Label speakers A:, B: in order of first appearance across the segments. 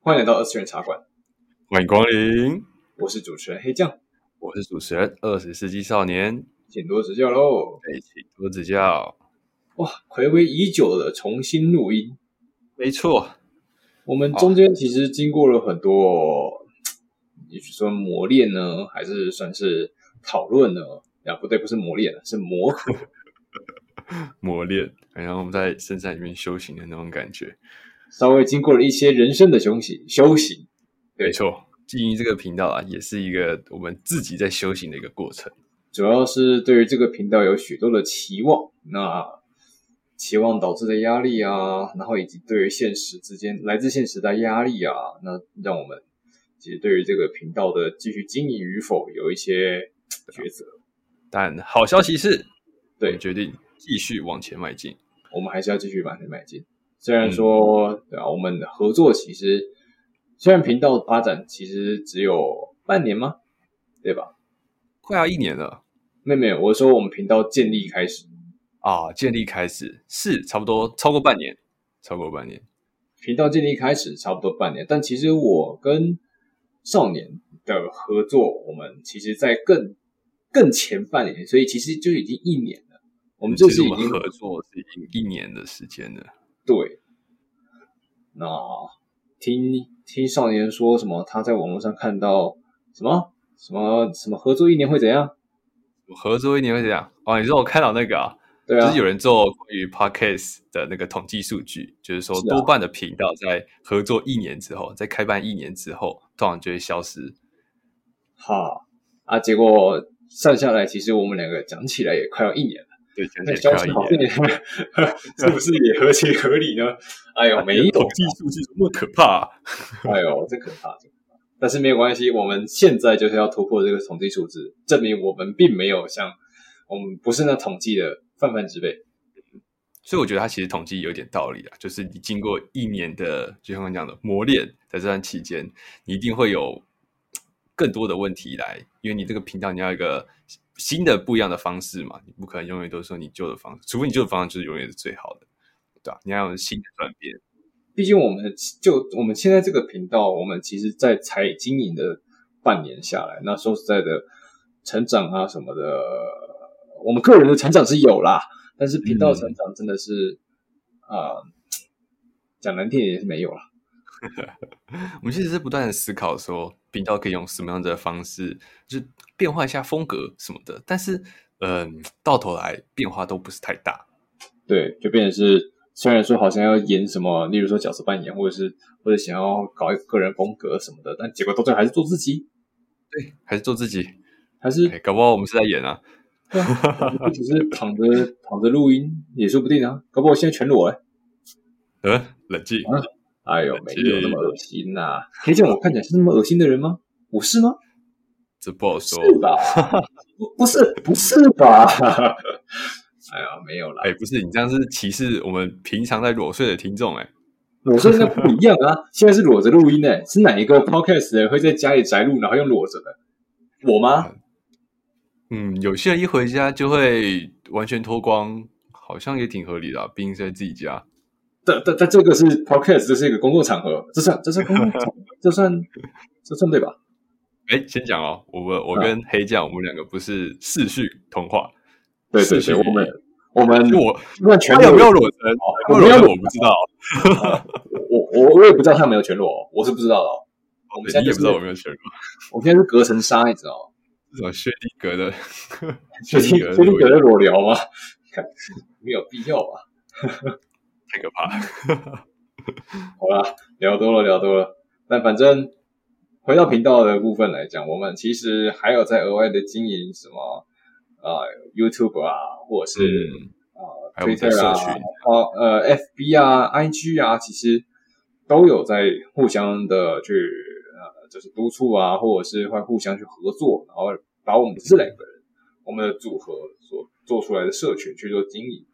A: 欢迎来到二次元茶馆，
B: 欢迎光临，
A: 我是主持人黑酱，
B: 我是主持人二十世纪少年，
A: 请多指教喽。
B: 哎，请多指教。
A: 哇，暌违已久的重新录音，
B: 没错，
A: 我们中间其实经过了很多，也许说磨练呢，还是算是讨论呢？啊，不对，不是磨练，是磨合。
B: 磨练，好像我们在深山里面修行的那种感觉。
A: 稍微经过了一些人生的修行，修行。对
B: 没错，经营这个频道啊，也是一个我们自己在修行的一个过程。
A: 主要是对于这个频道有许多的期望，那期望导致的压力啊，然后以及对于现实之间来自现实的压力啊，那让我们其实对于这个频道的继续经营与否有一些抉择。
B: 但好消息是，
A: 对
B: 我们决定继续往前迈进。
A: 我们还是要继续把它买进。虽然说，对啊，我们的合作其实虽然频道发展其实只有半年吗？对吧？
B: 快要一年了
A: 妹妹，我说我们频道建立开始，
B: 啊，建立开始是差不多超过半年，超过半年。
A: 频道建立开始差不多半年，但其实我跟少年的合作，我们其实在更更前半年，所以其实就已经一年了。我
B: 我
A: 们这次已
B: 我们
A: 经
B: 合作是已经一年的时间了。
A: 对。那听听少年说什么？他在网络上看到什么什么什么合作一年会怎样？
B: 我合作一年会怎样？哦，你说我看到那个啊，
A: 对啊
B: 就是，有人做关于 podcast 的那个统计数据，就是说
A: 是啊
B: 多半的频道在合作一年之后，在开办一年之后，通常就会消失。
A: 哈啊，结果算下来，其实我们两个讲起来也快要一年了，
B: 对，讲
A: 那
B: 起
A: 消
B: 来快
A: 息
B: 要
A: 好
B: 一
A: 像
B: 年
A: 也 是不是也合情合理呢？哎呦，
B: 了，
A: 没有
B: 统计数据怎么那么可怕、啊？
A: 哎呦，这可怕，这可怕。但是没有关系，我们现在就是要突破这个统计数字，证明我们并没有像我们不是那统计的泛泛之辈。
B: 所以我觉得它其实统计有点道理啊，就是你经过一年的，就像我讲的磨练，在这段期间，你一定会有更多的问题来，因为你这个频道你要有一个新的不一样的方式嘛，你不可能永远都说你旧的方式，除非你旧的方式就是永远是最好的，对吧、你要有新的转变，
A: 毕竟我们就我们现在这个频道，我们其实在才经营的半年下来，那说实在的，成长啊什么的，我们个人的成长是有啦，但是频道成长真的是，啊、讲难听一点是没有啦。
B: 我们其实是不断的思考说，频道可以用什么样的方式，就变化一下风格什么的。但是，嗯、到头来变化都不是太大。
A: 对，就变成是虽然说好像要演什么，例如说角色扮演，或者是或者想要搞一个个人风格什么的，但结果到最后还是做自己，
B: 对，还是做自己。
A: 还是
B: 哎搞不好我们是在演啊。
A: 不只是躺着躺着录音也说不定啊，搞不好现在全裸哎、
B: 嗯，冷静。
A: 啊哎呦，没有那么恶心呐、可以讲我看起来是那么恶心的人吗？我是吗？
B: 这不好说。
A: 是吧？不不是不是吧？ 哎呀，没有啦，
B: 哎，不是，你这样是歧视我们平常在裸睡的听众哎、
A: 裸睡应该不一样啊，现在是裸着录音呢、哎是哪一个 podcast 的人会在家里宅录然后用裸着的？我吗？
B: 嗯，有些人一回家就会完全脱光，好像也挺合理的、啊，毕竟是在自己家。
A: 但但但这个是 podcast，这是一个工作场合，这算这算工作场合，这算这算对吧？
B: 哎，先讲哦，我们我
A: 啊
B: 跟黑酱，我们两个不是视讯通话，
A: 对对
B: 是
A: 对，
B: 是
A: 我们我们
B: 就我
A: 那嗯全
B: 他有
A: 裸
B: 没有裸身？
A: 哦
B: 有
A: 我
B: 没
A: 没
B: 有
A: 有
B: 裸
A: 裸
B: 我不知道，
A: 我我我也不知道他有没有全裸哦，我是不知道的哦。我们现
B: 你
A: 在
B: 也
A: 就
B: 不
A: 是
B: 知道有没有全裸，
A: 我们现在是隔层纱，你知道吗？
B: 这种薛定 谔的
A: 确定
B: 谔
A: 确
B: 的
A: 定
B: 裸
A: 隔
B: 泳
A: 着裸聊吗？看没有必要吧？
B: 太可 怕了。
A: 好啦，聊多了聊多了，但反正回到频道的部分来讲，我们其实还有在额外的经营什么啊、呃 YouTube 啊，或者是、
B: 嗯，
A: 啊
B: 还有我们
A: Twitter
B: 的社
A: 啊，
B: 群
A: 啊呃 FB 啊 IG 啊，其实都有在互相的去呃就是督促啊，或者是会互相去合作，然后把我们这两个人我们的组合所做出来的社群去做经营。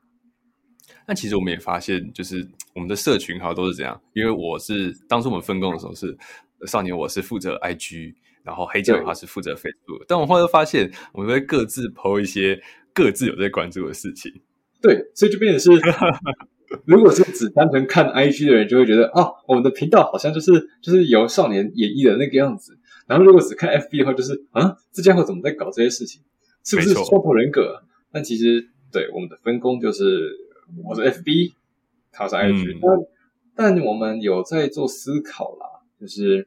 B: 那其实我们也发现，就是我们的社群好像都是这样，因为我是当初我们分工的时候是呃少年，我是负责 IG，然后黑酱
A: 对
B: 他是负责 Facebook，但我后来发现，我们会各自 PO 一些各自有在关注的事情。
A: 对，所以就变成是如果是只单纯看 IG 的人，就会觉得啊，我们的频道好像就是就是由少年演绎的那个样子。然后如果只看 FB 的话，就是啊，这家伙怎么在搞这些事情？是不是
B: 没错
A: 双头人格啊、但其实对我们的分工就是，我是 FB，他是 IG，、
B: 嗯
A: 但但我们有在做思考啦，就是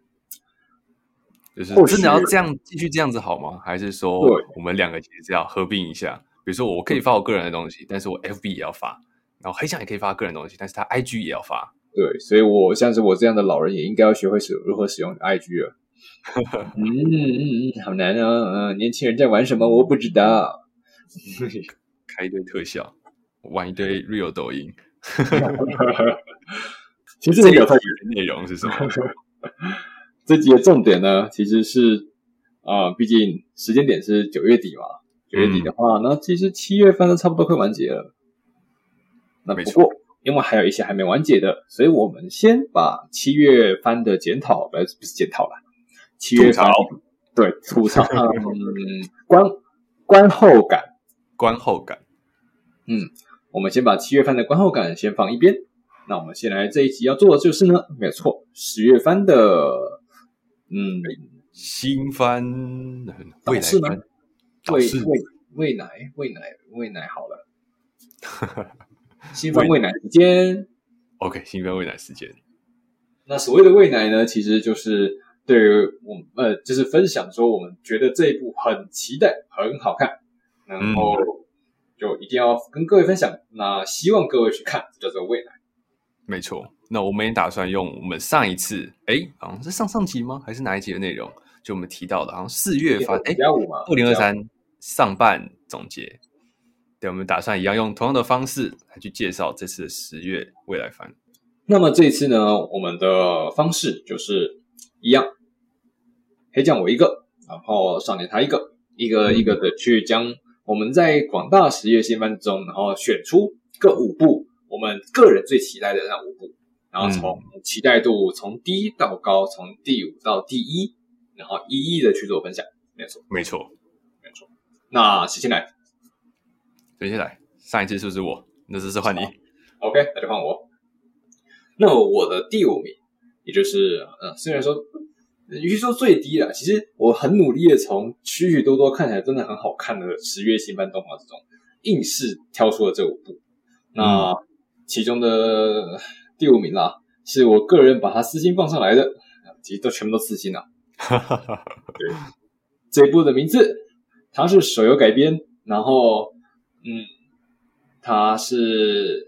B: 就是
A: 或许
B: 真的要这样继续这样子好吗？还是说
A: 对
B: 我们两个其实是要合并一下？比如说我可以发我个人的东西，但是我 FB 也要发，然后黑酱也可以发个人的东西，但是他 IG 也要发。
A: 对，所以我像是我这样的老人，也应该要学会使如何使用 IG 了。嗯嗯嗯，好难啊！嗯，年轻人在玩什么，我不知道。
B: 开一堆特效，玩 一堆 real 抖音，
A: 其实
B: 这
A: 很
B: 个
A: 有
B: 它
A: 趣。
B: 的内容是什么？
A: 这集的重点呢，其实是啊、呃毕竟时间点是九月底嘛，九月底的
B: 嗯
A: 话，那其实七月份都差不多快完结了。那
B: 没
A: 不
B: 错
A: 过，因为还有一些还没完结的，所以我们先把七月番的检讨，不是不是检讨啦，七月番
B: 吐
A: 对吐 槽，嗯，观观后感，
B: 观后感，
A: 我们先把七月番的观后感先放一边。那我们先来这一集要做的就是呢，没有错，十月番的，嗯，
B: 新番，未来
A: 哦是吗
B: 番，导
A: 喂
B: 师
A: 喂喂奶喂奶喂奶好 了，新番喂奶时间。
B: OK，新番未来时间，
A: 那所谓的喂奶呢，其实就是对于我们呃，就是分享说我们觉得这一部很期待，很好看，然后
B: 嗯
A: 就一定要跟各位分享。那希望各位去看，这叫做喂奶。
B: 没错。那我们也打算用我们上一次，哎，好像是上上集吗？还是哪一集的内容？就我们提到的，好像四月番，哎，
A: 加五嘛，
B: 二零二三上半总结。对，我们打算一样用同样的方式来去介绍这次的十月未来番。
A: 那么这一次呢，我们的方式就是一样，黑酱我一个，然后少年他一个，一个一个的去将我们在广大实业新番中，然后选出各五部我们个人最期待的那五部，然后从期待度从低到高，从第五到第一，然后一一的去做分享，没错。
B: 没错，
A: 那谁先来
B: 接下来上一次是不是我？那这次换你。
A: ？OK，那就换我。那我的第五名，也就是呃，虽然说，与其说最低啦，其实我很努力的从许许多多看起来真的很好看的十月新番动画之中，硬是挑出了这五部。那、其中的呃第五名啦，是我个人把它私心放上来的，其实都全部都私心啦。这一部的名字，它是手游改编，然后嗯，它是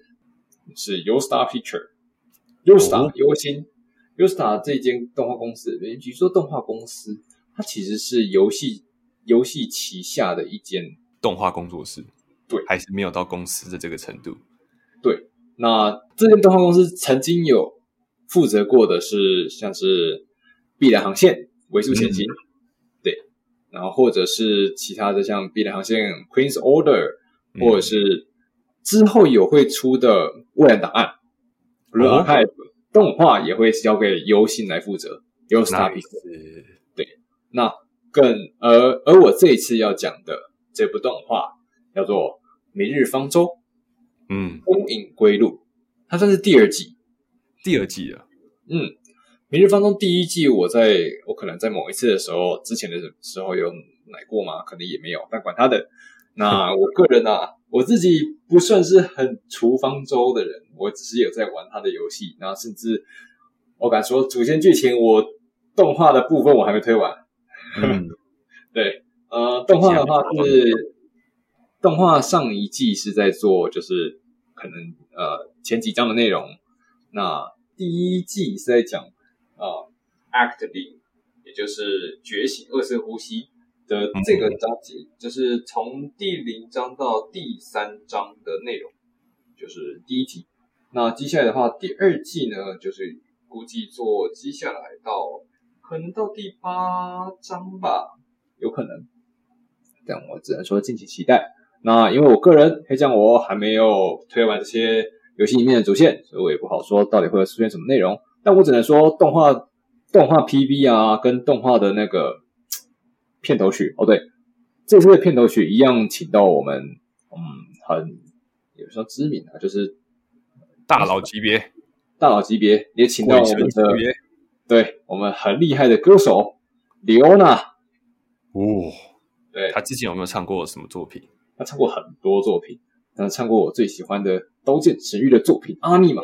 A: 是 U Star Picture。U Star 优星 U Star 这间动画公司，也据说动画公司，它其实是游戏游戏旗下的一间
B: 动画工作室，
A: 对
B: 还是没有到公司的这个程度。
A: 那这间动画公司曾经有负责过的是像是《碧蓝航线》《维速前行》对，然后或者是其他的像《碧蓝航线》《Queen's Order》，
B: 嗯
A: 或者是之后有会出的《未来档案》
B: 哦
A: Blue Archive，动画也会交给游信来负责，由 Star
B: 那
A: Pictures
B: 是
A: 那更而而我这一次要讲的这部动画叫做《明日方舟：
B: 嗯，
A: 风影归路》，它算是第二季。
B: 第二季 了。
A: 嗯，《明日方舟》第一季，我在我可能在某一次的时候，之前的时候有奶过吗？可能也没有，但管他的。那我个人啊，我自己不算是很厨方舟的人，我只是有在玩他的游戏，然后甚至我敢说主线剧情，我动画的部分我还没推完。
B: 嗯，
A: 对，呃，动画的话
B: 以前没
A: 是动画上一季是在做，就是可能呃前几章的内容。那第一季是在讲呃 Act B，也就是觉醒二次呼吸的这个章节，就是从第零章到第三章的内容，就是第一季。那接下来的话，第二季呢，就是估计做接下来到可能到第八章吧，有可能。但我只能说敬请期待。那因为我个人黑酱我还没有推完这些游戏里面的主线，所以我也不好说到底会出现什么内容。但我只能说动画动画 PV 啊，跟动画的那个嘖片头曲哦，对，这次的片头曲一样，请到我们嗯很也不说知名啊，就是
B: 大佬级别，
A: 大佬级别也请到
B: 鬼
A: 我
B: 神
A: 们
B: 级
A: 的，
B: 别，
A: 对我们很厉害的歌手刘娜，
B: 哦，
A: 对
B: 他之前有没有唱过什么作品？
A: 他唱过很多作品，然后唱过我最喜欢的刀剑神域的作品《阿尼玛》，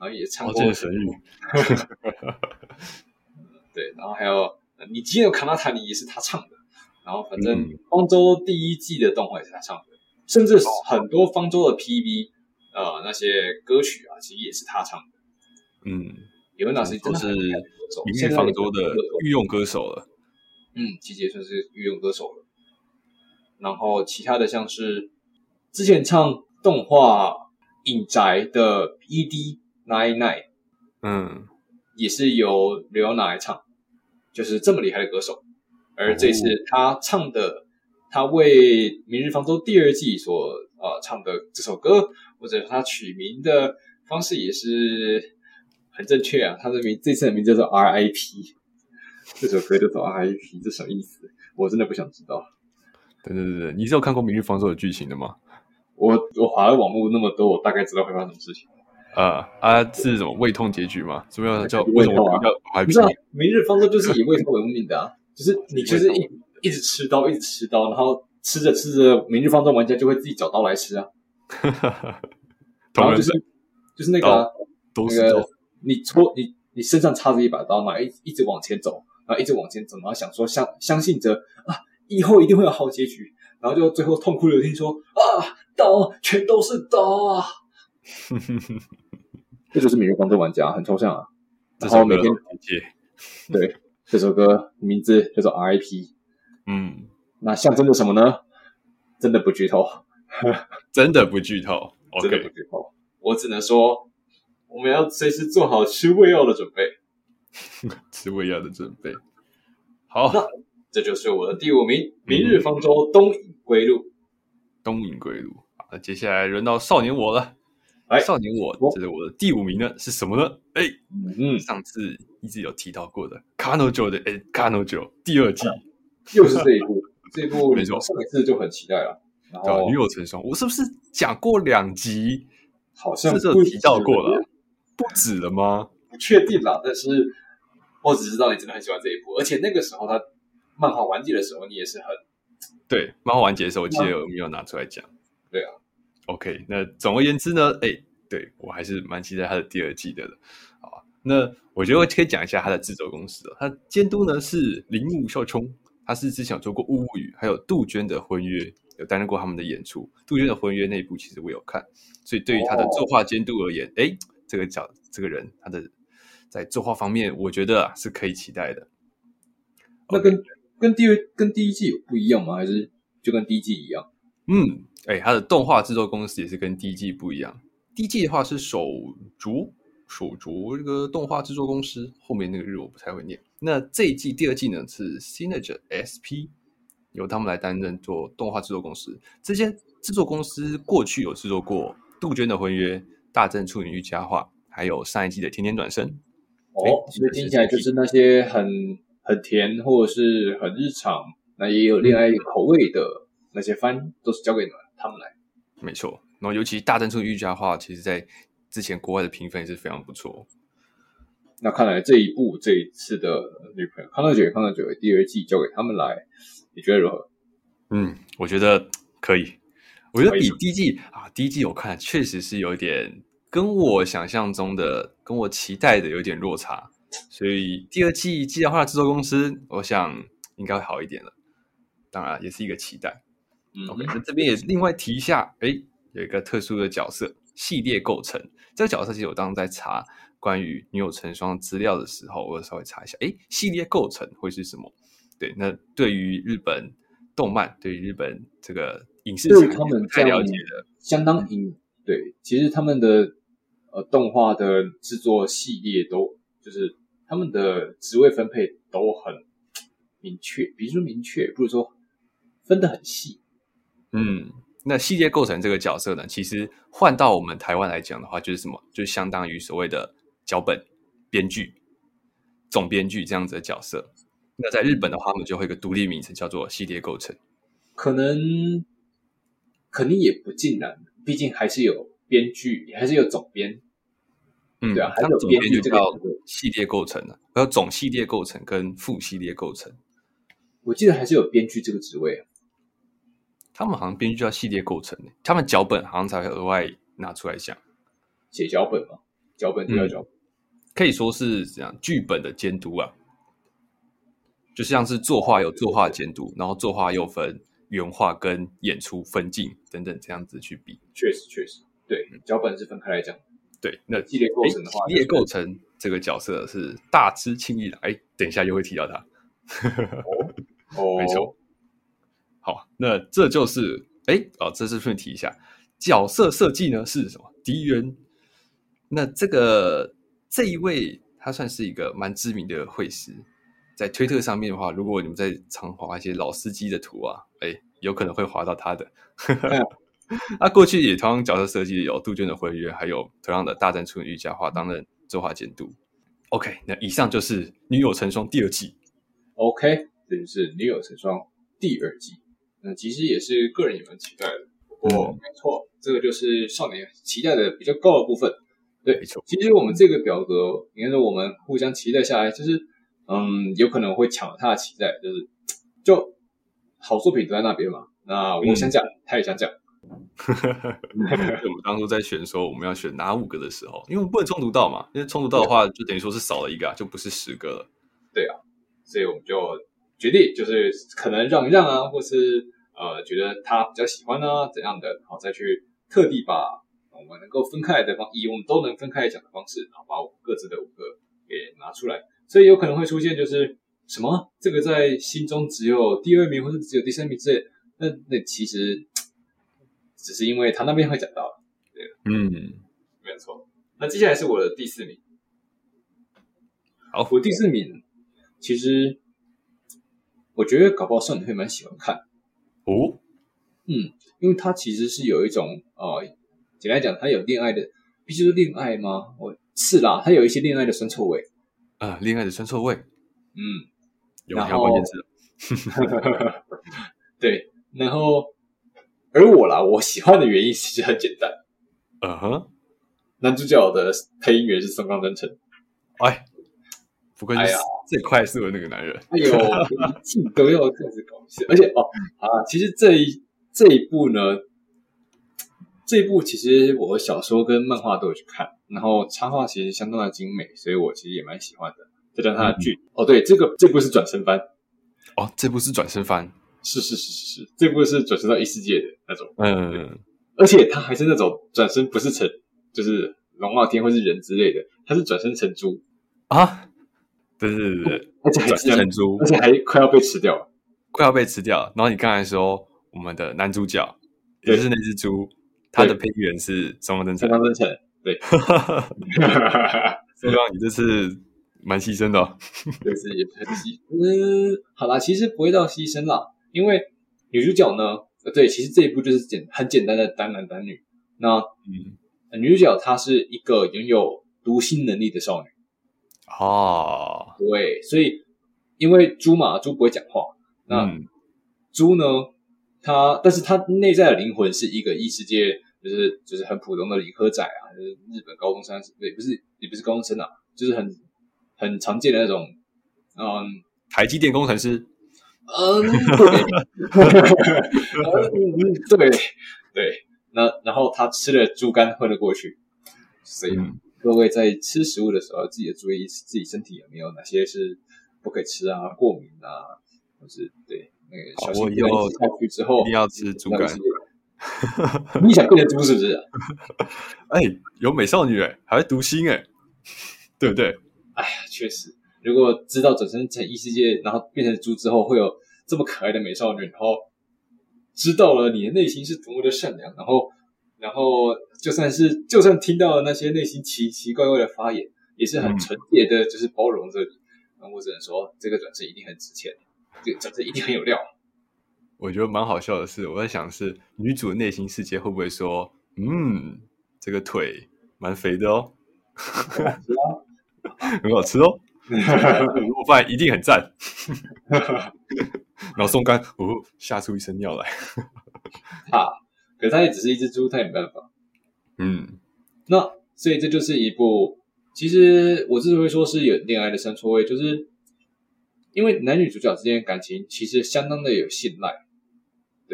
A: 然后也唱
B: 哦，
A: 过、
B: 这是神域，
A: 对，然后还有呃你今天有卡纳塔尼也是他唱的，然后反正
B: 嗯
A: 方舟第一季的动画也是他唱的，甚至很多方舟的 PV 呃那些歌曲啊，其实也是他唱的。
B: 嗯，
A: 刘娜是真的
B: 是
A: 很厉害的歌手
B: 名
A: 哦现
B: 誉
A: 在
B: 方
A: 也
B: 舟的
A: 歌手
B: 御用歌手了。
A: 嗯，其实也算是御用歌手了。然后其他的像是之前唱动画《影宅》的 ED Nine Nine
B: 嗯，
A: 也是由刘洋拿来唱，就是这么厉害的歌手。而这次他唱的，他为《明日方舟》第二季所呃唱的这首歌，或者他取名的方式也是很正确啊。他的名这次的名字叫做 R.I.P，这 首歌叫做 R.I.P，这什么意思？我真的不想知道。
B: 对对对对，你是有看过《明日方舟》的剧情的吗？
A: 我我划了网络那么多，我大概知道会发生什么事情。
B: 呃，啊，是什么胃痛结局吗？是不是叫
A: 胃
B: 为
A: 痛
B: 什
A: 啊
B: 么叫还
A: 不
B: 比
A: 知道《明日方舟》就是以胃痛为命的 啊，就是你就是一一直吃刀，一直吃刀，然后吃着吃着，《明日方舟》玩家就会自己找刀来吃啊。然
B: 同
A: 后
B: 人
A: 就
B: 是
A: 是就是那个啊、
B: 都
A: 那
B: 是
A: 个
B: 都
A: 你戳你你身上插着一把刀嘛，一一直往前走，然后一直往前走，然后想说相相信着啊，以后一定会有好结局，然后就最后痛哭流涕说啊，刀全都是刀 啊。这就是《明日方舟》玩家，很抽象啊。
B: 这
A: 然
B: 首
A: 后
B: 歌
A: 每天
B: 理解，
A: 这首歌名字叫做 RIP，
B: 嗯，
A: 那象征着什么呢？真的不剧透，
B: 真的不剧透。
A: 真的不
B: OK，
A: 剧透。我只能说，我们要随时做好吃胃药的准备。
B: 吃胃药的准备。好，
A: 这就是我的第五名，
B: 嗯
A: 《明日方舟》东引归路。
B: 东引归路。好那接下来轮到少年我了。
A: 哎
B: 少年我，
A: 我
B: 这是我的第五名呢，是什么呢？哎，
A: 嗯，
B: 上次一直有提到过的《卡诺九》的哎，《卡诺九》第二季，
A: 又是这一 部，这一部
B: 没错
A: 上一次就很期待了。然
B: 对吧？啊
A: 后
B: 女友成双，我是不是讲过两集？
A: 好像
B: 是不是有提到过了？不止了吗？
A: 不确定啦，但是我只知道你真的很喜欢这一部，而且那个时候他漫画完结的时候，你也是很
B: 对，漫画完结的时候，我记得我们有拿出来讲。
A: 嗯对啊。
B: OK，那总而言之呢，哎，对我还是蛮期待他的第二季的了。好啊，那我觉得我可以讲一下他的制作公司哦，他监督呢是铃木孝冲，他是之前有做过《物物语》还有杜鹃的婚约，有担任过他们的演出。杜鹃的婚约那一部其实我有看，所以对于他的作画监督而言，哎、这个角这个人他的在作画方面，我觉得啊是可以期待的。
A: 那跟跟第二跟第一季有不一样吗？还是就跟第一季一样？
B: 嗯，哎、它的动画制作公司也是跟第一季不一样。第一季的话是手足手足这个动画制作公司，后面那个日我不太会念。那这一季第二季呢是 Synergy SP，由他们来担任做动画制作公司。这些制作公司过去有制作过《杜鹃的婚约》《大正处女瑜伽画》，还有上一季的《甜甜转身》。
A: 哦，所以听起来就是那些很很甜或者是很日常，那也有恋爱口味的那些番，都是交给你们他们来。
B: 没错，然后尤其《大正处女瑜伽画》，其实在之前国外的评分也是非常不错。
A: 那看来这一部这一次的女朋友康乐姐康乐姐第二季交给他们来，你觉得如何？
B: 嗯，我觉得可以。我觉得
A: 可以
B: 比
A: 吗
B: 第一季啊，第一季我看确实是有点跟我想象中的、跟我期待的有点落差，所以第二季既然换了制作公司，我想应该会好一点了。当然，也是一个期待。
A: 嗯
B: OK，那这边也另外提一下，哎，有一个特殊的角色系列构成。这个角色其实我当时在查关于女友成双资料的时候，我有稍微查一下，哎，系列构成会是什么？对，那对于日本动漫，对于日本这个影视
A: 对于
B: 产
A: 他
B: 业
A: 们
B: 不太
A: 这样
B: 了解的，
A: 相当引对，其实他们的呃动画的制作系列都就是他们的职位分配都很明确，比如说明确，不如说分得很细。
B: 嗯，那系列构成这个角色呢，其实换到我们台湾来讲的话，就是什么？就相当于所谓的脚本编剧、总编剧这样子的角色。那在日本的话，我们就会有一个独立名称叫做系列构成。
A: 可能肯定也不尽然，毕竟还是有编剧，还是有总编
B: 嗯，
A: 对啊还
B: 它
A: 是有
B: 总
A: 编
B: 编
A: 剧这
B: 就
A: 个
B: 叫
A: 成分
B: 系列构成的，还有总系列构成跟副系列构成，
A: 我记得还是有编剧这个职位，
B: 他们好像编剧叫系列构成，欸他们脚本好像才会额外拿出来讲，
A: 写脚本嘛，脚本就
B: 嗯
A: 要脚本。
B: 可以说是怎样剧本的监督啊，就像是作画有作画监督，然后作画又分原画跟演出分镜等等这样子去比。
A: 确实确实，对，脚本是分开来讲。
B: 对，那
A: 系列构
B: 诶
A: 成的话
B: 系列构成这个角色是大致轻易的，哎，等一下又会提到他。
A: 哦，
B: 哎没错。好，那这就是哎哦，这是顺便提一下，角色设计呢是什么？狄仁。那这个这一位他算是一个蛮知名的绘师，在推特上面的话，如果你们在常滑一些老司机的图啊，哎，有可能会滑到他的。 那过去也同样角色设计有杜鹃的婚约，还有同样的大战处女佳话担任作画监督。OK，那以上就是《女友成双》第二季。
A: 哦 OK，这就是《女友成双》第二季。那其实也是个人也蛮期待的，不过、
B: 嗯
A: 没错，这个就是少年期待的比较高的部分。对
B: 没错，
A: 其实我们这个表格，应该说我们互相期待下来，就是嗯，有可能会抢了他的期待，就是就好作品都在那边嘛。那我想讲，他也想讲，
B: 对我们当初在选说我们要选哪五个的时候，因为我们不能冲突到嘛，因为冲突到的话，就等于说是少了一个、啊，就不是十个了。
A: 所以我们就决定就是可能让一让啊，或是呃觉得他比较喜欢啊怎样的，然后再去特地把呃我们能够分开来的方，以我们都能分开来讲的方式，然后把我们各自的五个给拿出来，所以有可能会出现就是什么这个在心中只有第二名或者只有第三名之类，那那其实呃只是因为他那边会讲到，
B: 嗯，
A: 没有错。那接下来是我的第四名。
B: 好
A: 我第四名，其实我觉得搞不好少女会蛮喜欢看，
B: 哦，
A: 因为它其实是有一种呃，简单来讲，它有恋爱的，必须是恋爱吗？我是啦，它有一些恋爱的酸臭味。
B: 呃，恋爱的酸臭味，
A: 嗯，
B: 有
A: 然
B: 条关键
A: 后
B: 字了，
A: 对。然后，而我啦，我喜欢的原因其实很简单，
B: 嗯哼，
A: 男主角的配音员是松冈真诚。
B: 哎，不愧
A: 哎
B: 是
A: 呀
B: 最快速的那个男人，
A: 哎呦，一季都要这样子搞笑，而且哦啊，其实这一这一部呢，这一部其实我小说跟漫画都有去看，然后插画其实相当的精美，所以我其实也蛮喜欢的。再加上它的剧、哦，对，这个这部是转身番，
B: 哦，这部是转身番，
A: 是是是是是，这部是转身到异世界的那种，
B: 嗯，
A: 而且它还是那种转身不是成就是龙傲天或是人之类的，它是转身成猪，
B: 啊，对对对对对，
A: 而且还
B: 转
A: 是
B: 身成猪
A: 而且还快要被吃掉了，
B: 快要被吃掉，然后你刚才说我们的男主角，也
A: 对
B: 就是那只猪，他的
A: 对
B: 配音员是松冈真
A: 相
B: 诚，
A: 当真诚， 对。
B: 松冈你这次蛮牺牲的哦、
A: 就是也不是很牺，嗯，好啦，其实不会到牺牲啦，因为女主角呢，呃，对，其实这一部就是简很简单的单男单女。那、
B: 嗯。
A: 呃女主角她是一个拥有读心能力的少女，
B: 哦，
A: 对，所以因为猪嘛，猪不会讲话，那、
B: 嗯
A: 猪呢，它但是它内在的灵魂是一个异世界，就是就是很普通的理科仔啊，就是日本高中生，也不是也不是高中生啊，就是很很常见的那种，嗯，
B: 台积电工程师，
A: 嗯，对，嗯，对，对。那然后他吃了猪肝昏了过去，所以
B: 嗯
A: 各位在吃食物的时候，自己的注意自己身体有没有哪些是不可以吃啊，过敏啊，或是对那个小
B: 哦好我
A: 心
B: 以后
A: 吃下去之后
B: 一定要吃猪肝。
A: 你想变成猪是不是？
B: 哎，有美少女哎，还会读心哎， 对不对？
A: 哎呀，确实，如果知道转身成异世界，然后变成猪之后，会有这么可爱的美少女，然后知道了你的内心是多么的善良，然后，然后就算是就算听到了那些内心奇奇怪怪的发言，也是很
B: 嗯
A: 纯洁的，就是包容着你。那我只能说，这个转身一定很值钱，这个转身一定很有料。
B: 我觉得蛮好笑的是，我在想是女主的内心世界会不会说，嗯，这个腿蛮肥的哦， 很好吃哦，卤肉饭一定很赞。 然后松干，哦，吓出一身尿来。
A: 可是它也只是一只猪，它也没办法。
B: 嗯，
A: 那所以这就是一部其实我之所以说是有恋爱的生错位，就是因为男女主角之间的感情其实相当的有信赖，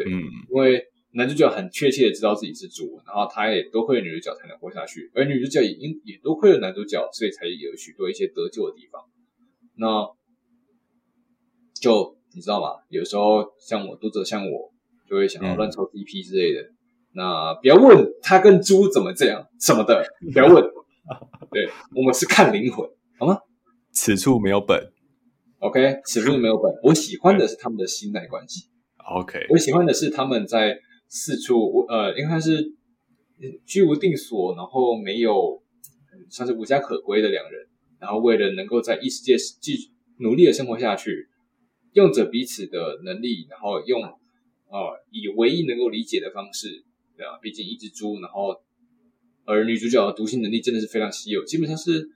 B: 嗯，
A: 因为男主角很确切的知道自己是猪，然后他也多亏了女主角才能活下去，而女主角也因也多亏了男主角，所以才有许多一些得救的地方。那就你知道吗？有时候像我读者像我，就会想要
B: 嗯
A: 乱抽 DP 之类的。那不要问他跟猪怎么这样什么的， 不要问。对我们是看灵魂
B: 此处没有本
A: ，OK？此处没有本，我喜欢的是他们的信赖关系。
B: ，OK，
A: 我喜欢的是他们在四处呃，应该是居无定所，然后没有嗯算是无家可归的两人，然后为了能够在异世界继续努力的生活下去，用着彼此的能力，然后用呃以唯一能够理解的方式，对啊，毕竟一只猪，然后而女主角的读心能力真的是非常稀有，基本上是。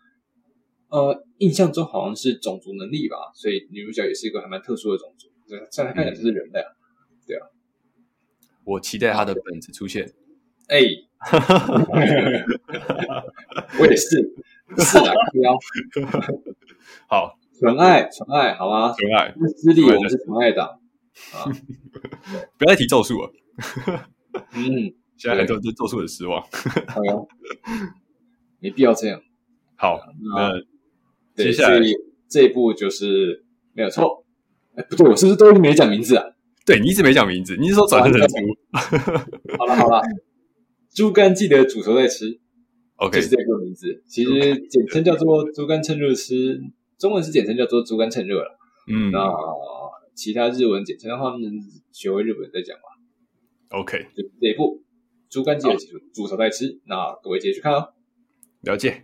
A: 呃，印象中好像是种族能力吧，所以女主角也是一个还蛮特殊的种族，对，在她看起来就是人类啊。
B: 我期待他的本子出现。
A: 哎、我也是，是啊，要
B: 好，
A: 纯爱，纯爱，好吗？
B: 纯爱，
A: 私立我们是纯爱党啊，
B: 不要再提咒术了，
A: 嗯，
B: 现在很多人对咒术很失望。
A: 好呀，没必要这样。
B: 好，
A: 那
B: 那
A: 对，
B: 接下来
A: 所以这一步就是没有错。哎，不对，我是不是都一直没讲名字啊？
B: 对你一直没讲名字，你是 说转生成猪
A: 好了好 了，猪肝记得煮熟再吃，
B: ？OK，
A: 就是这个名字。其实简称叫做猪肝趁热吃，中文是简称叫做猪肝趁热了。
B: 嗯
A: 那其他日文简称的话，嗯学会日本再讲吧。
B: ，OK，
A: 就这一步，猪肝鸡的技术，煮熟再吃。那各位记得去看哦。
B: 了解。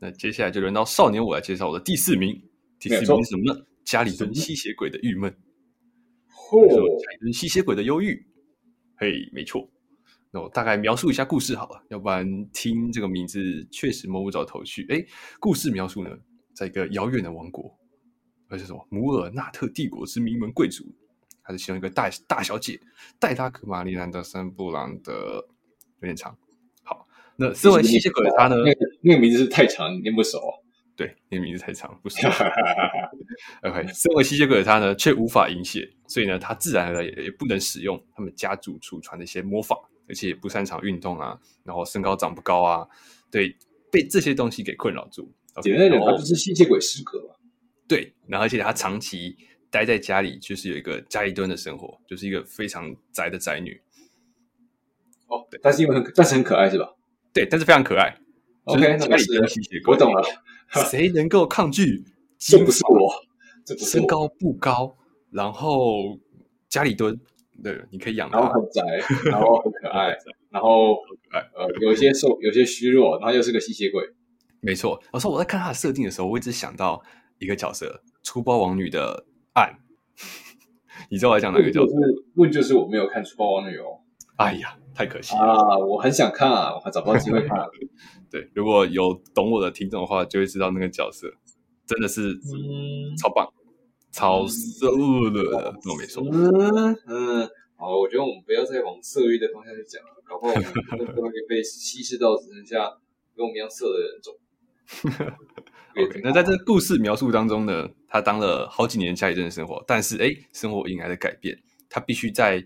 B: 那接下来就轮到少年我来介绍我的第四名，第四
A: 没有错
B: 名是什么呢？家里蹲吸血鬼的郁闷。
A: 嚯
B: 说产生吸血鬼的忧郁。嘿，没错。那我大概描述一下故事好了，要不然听这个名字确实摸不着头绪。哎，故事描述呢，在一个遥远的王国，而是什么姆尔纳特帝国之名门贵族，他是其中一个大大小姐戴拉克玛丽兰德森布朗的，有点长。好，那身为吸血鬼的他呢，
A: 那个那个名字是太长，你念不熟。哦
B: 对，你名字太长，不是。OK，身为吸血鬼的他呢，却无法饮血，所以呢，他自然而然也也不能使用他们家族祖传的一些魔法，而且也不擅长运动啊，然后身高长不高啊，对，被这些东西给困扰住。OK，
A: 简单讲，
B: 然后
A: 它就是吸血鬼失格嘛。
B: 对，然后而且她长期待在家里，就是有一个家里蹲的生活，就是一个非常宅的宅女。
A: 哦，但是因为很，但是很可爱是吧
B: 对，但是非常可爱。就是
A: OK，那
B: 家
A: 个
B: 里
A: 是
B: 蹲吸血鬼，
A: 我懂了，
B: 谁能够抗拒？
A: 这不是我，这不是
B: 身
A: 我，
B: 高不高，然后家里蹲，对，你可以养
A: 然后
B: 它，
A: 很宅，然后很可爱，然后
B: 爱
A: 呃有些瘦，有些虚弱，然后又是个吸血鬼。
B: 没错。我说我在看它的设定的时候，我一直想到一个角色——粗暴王女的暗， 你知道我在讲哪个
A: 问
B: 角
A: 就
B: 色？
A: 是问就是我没有看《出包王女》哦
B: 哎呀，太可惜了。
A: 啊，我很想看啊，我还找不到机会 看。
B: 对，如果有懂我的听众的话，就会知道那个角色真的是
A: 嗯，
B: 超棒、超色的，这没错。
A: 哦嗯嗯，好，我觉得我们不要再往色欲的方向去讲了，搞不好我们真的会被稀释到只剩下跟我们一样色的人 种。
B: OK，那在这个故事描述当中呢，他当了好几年家里人的生活，但是哎，生活迎来了改变，他必须在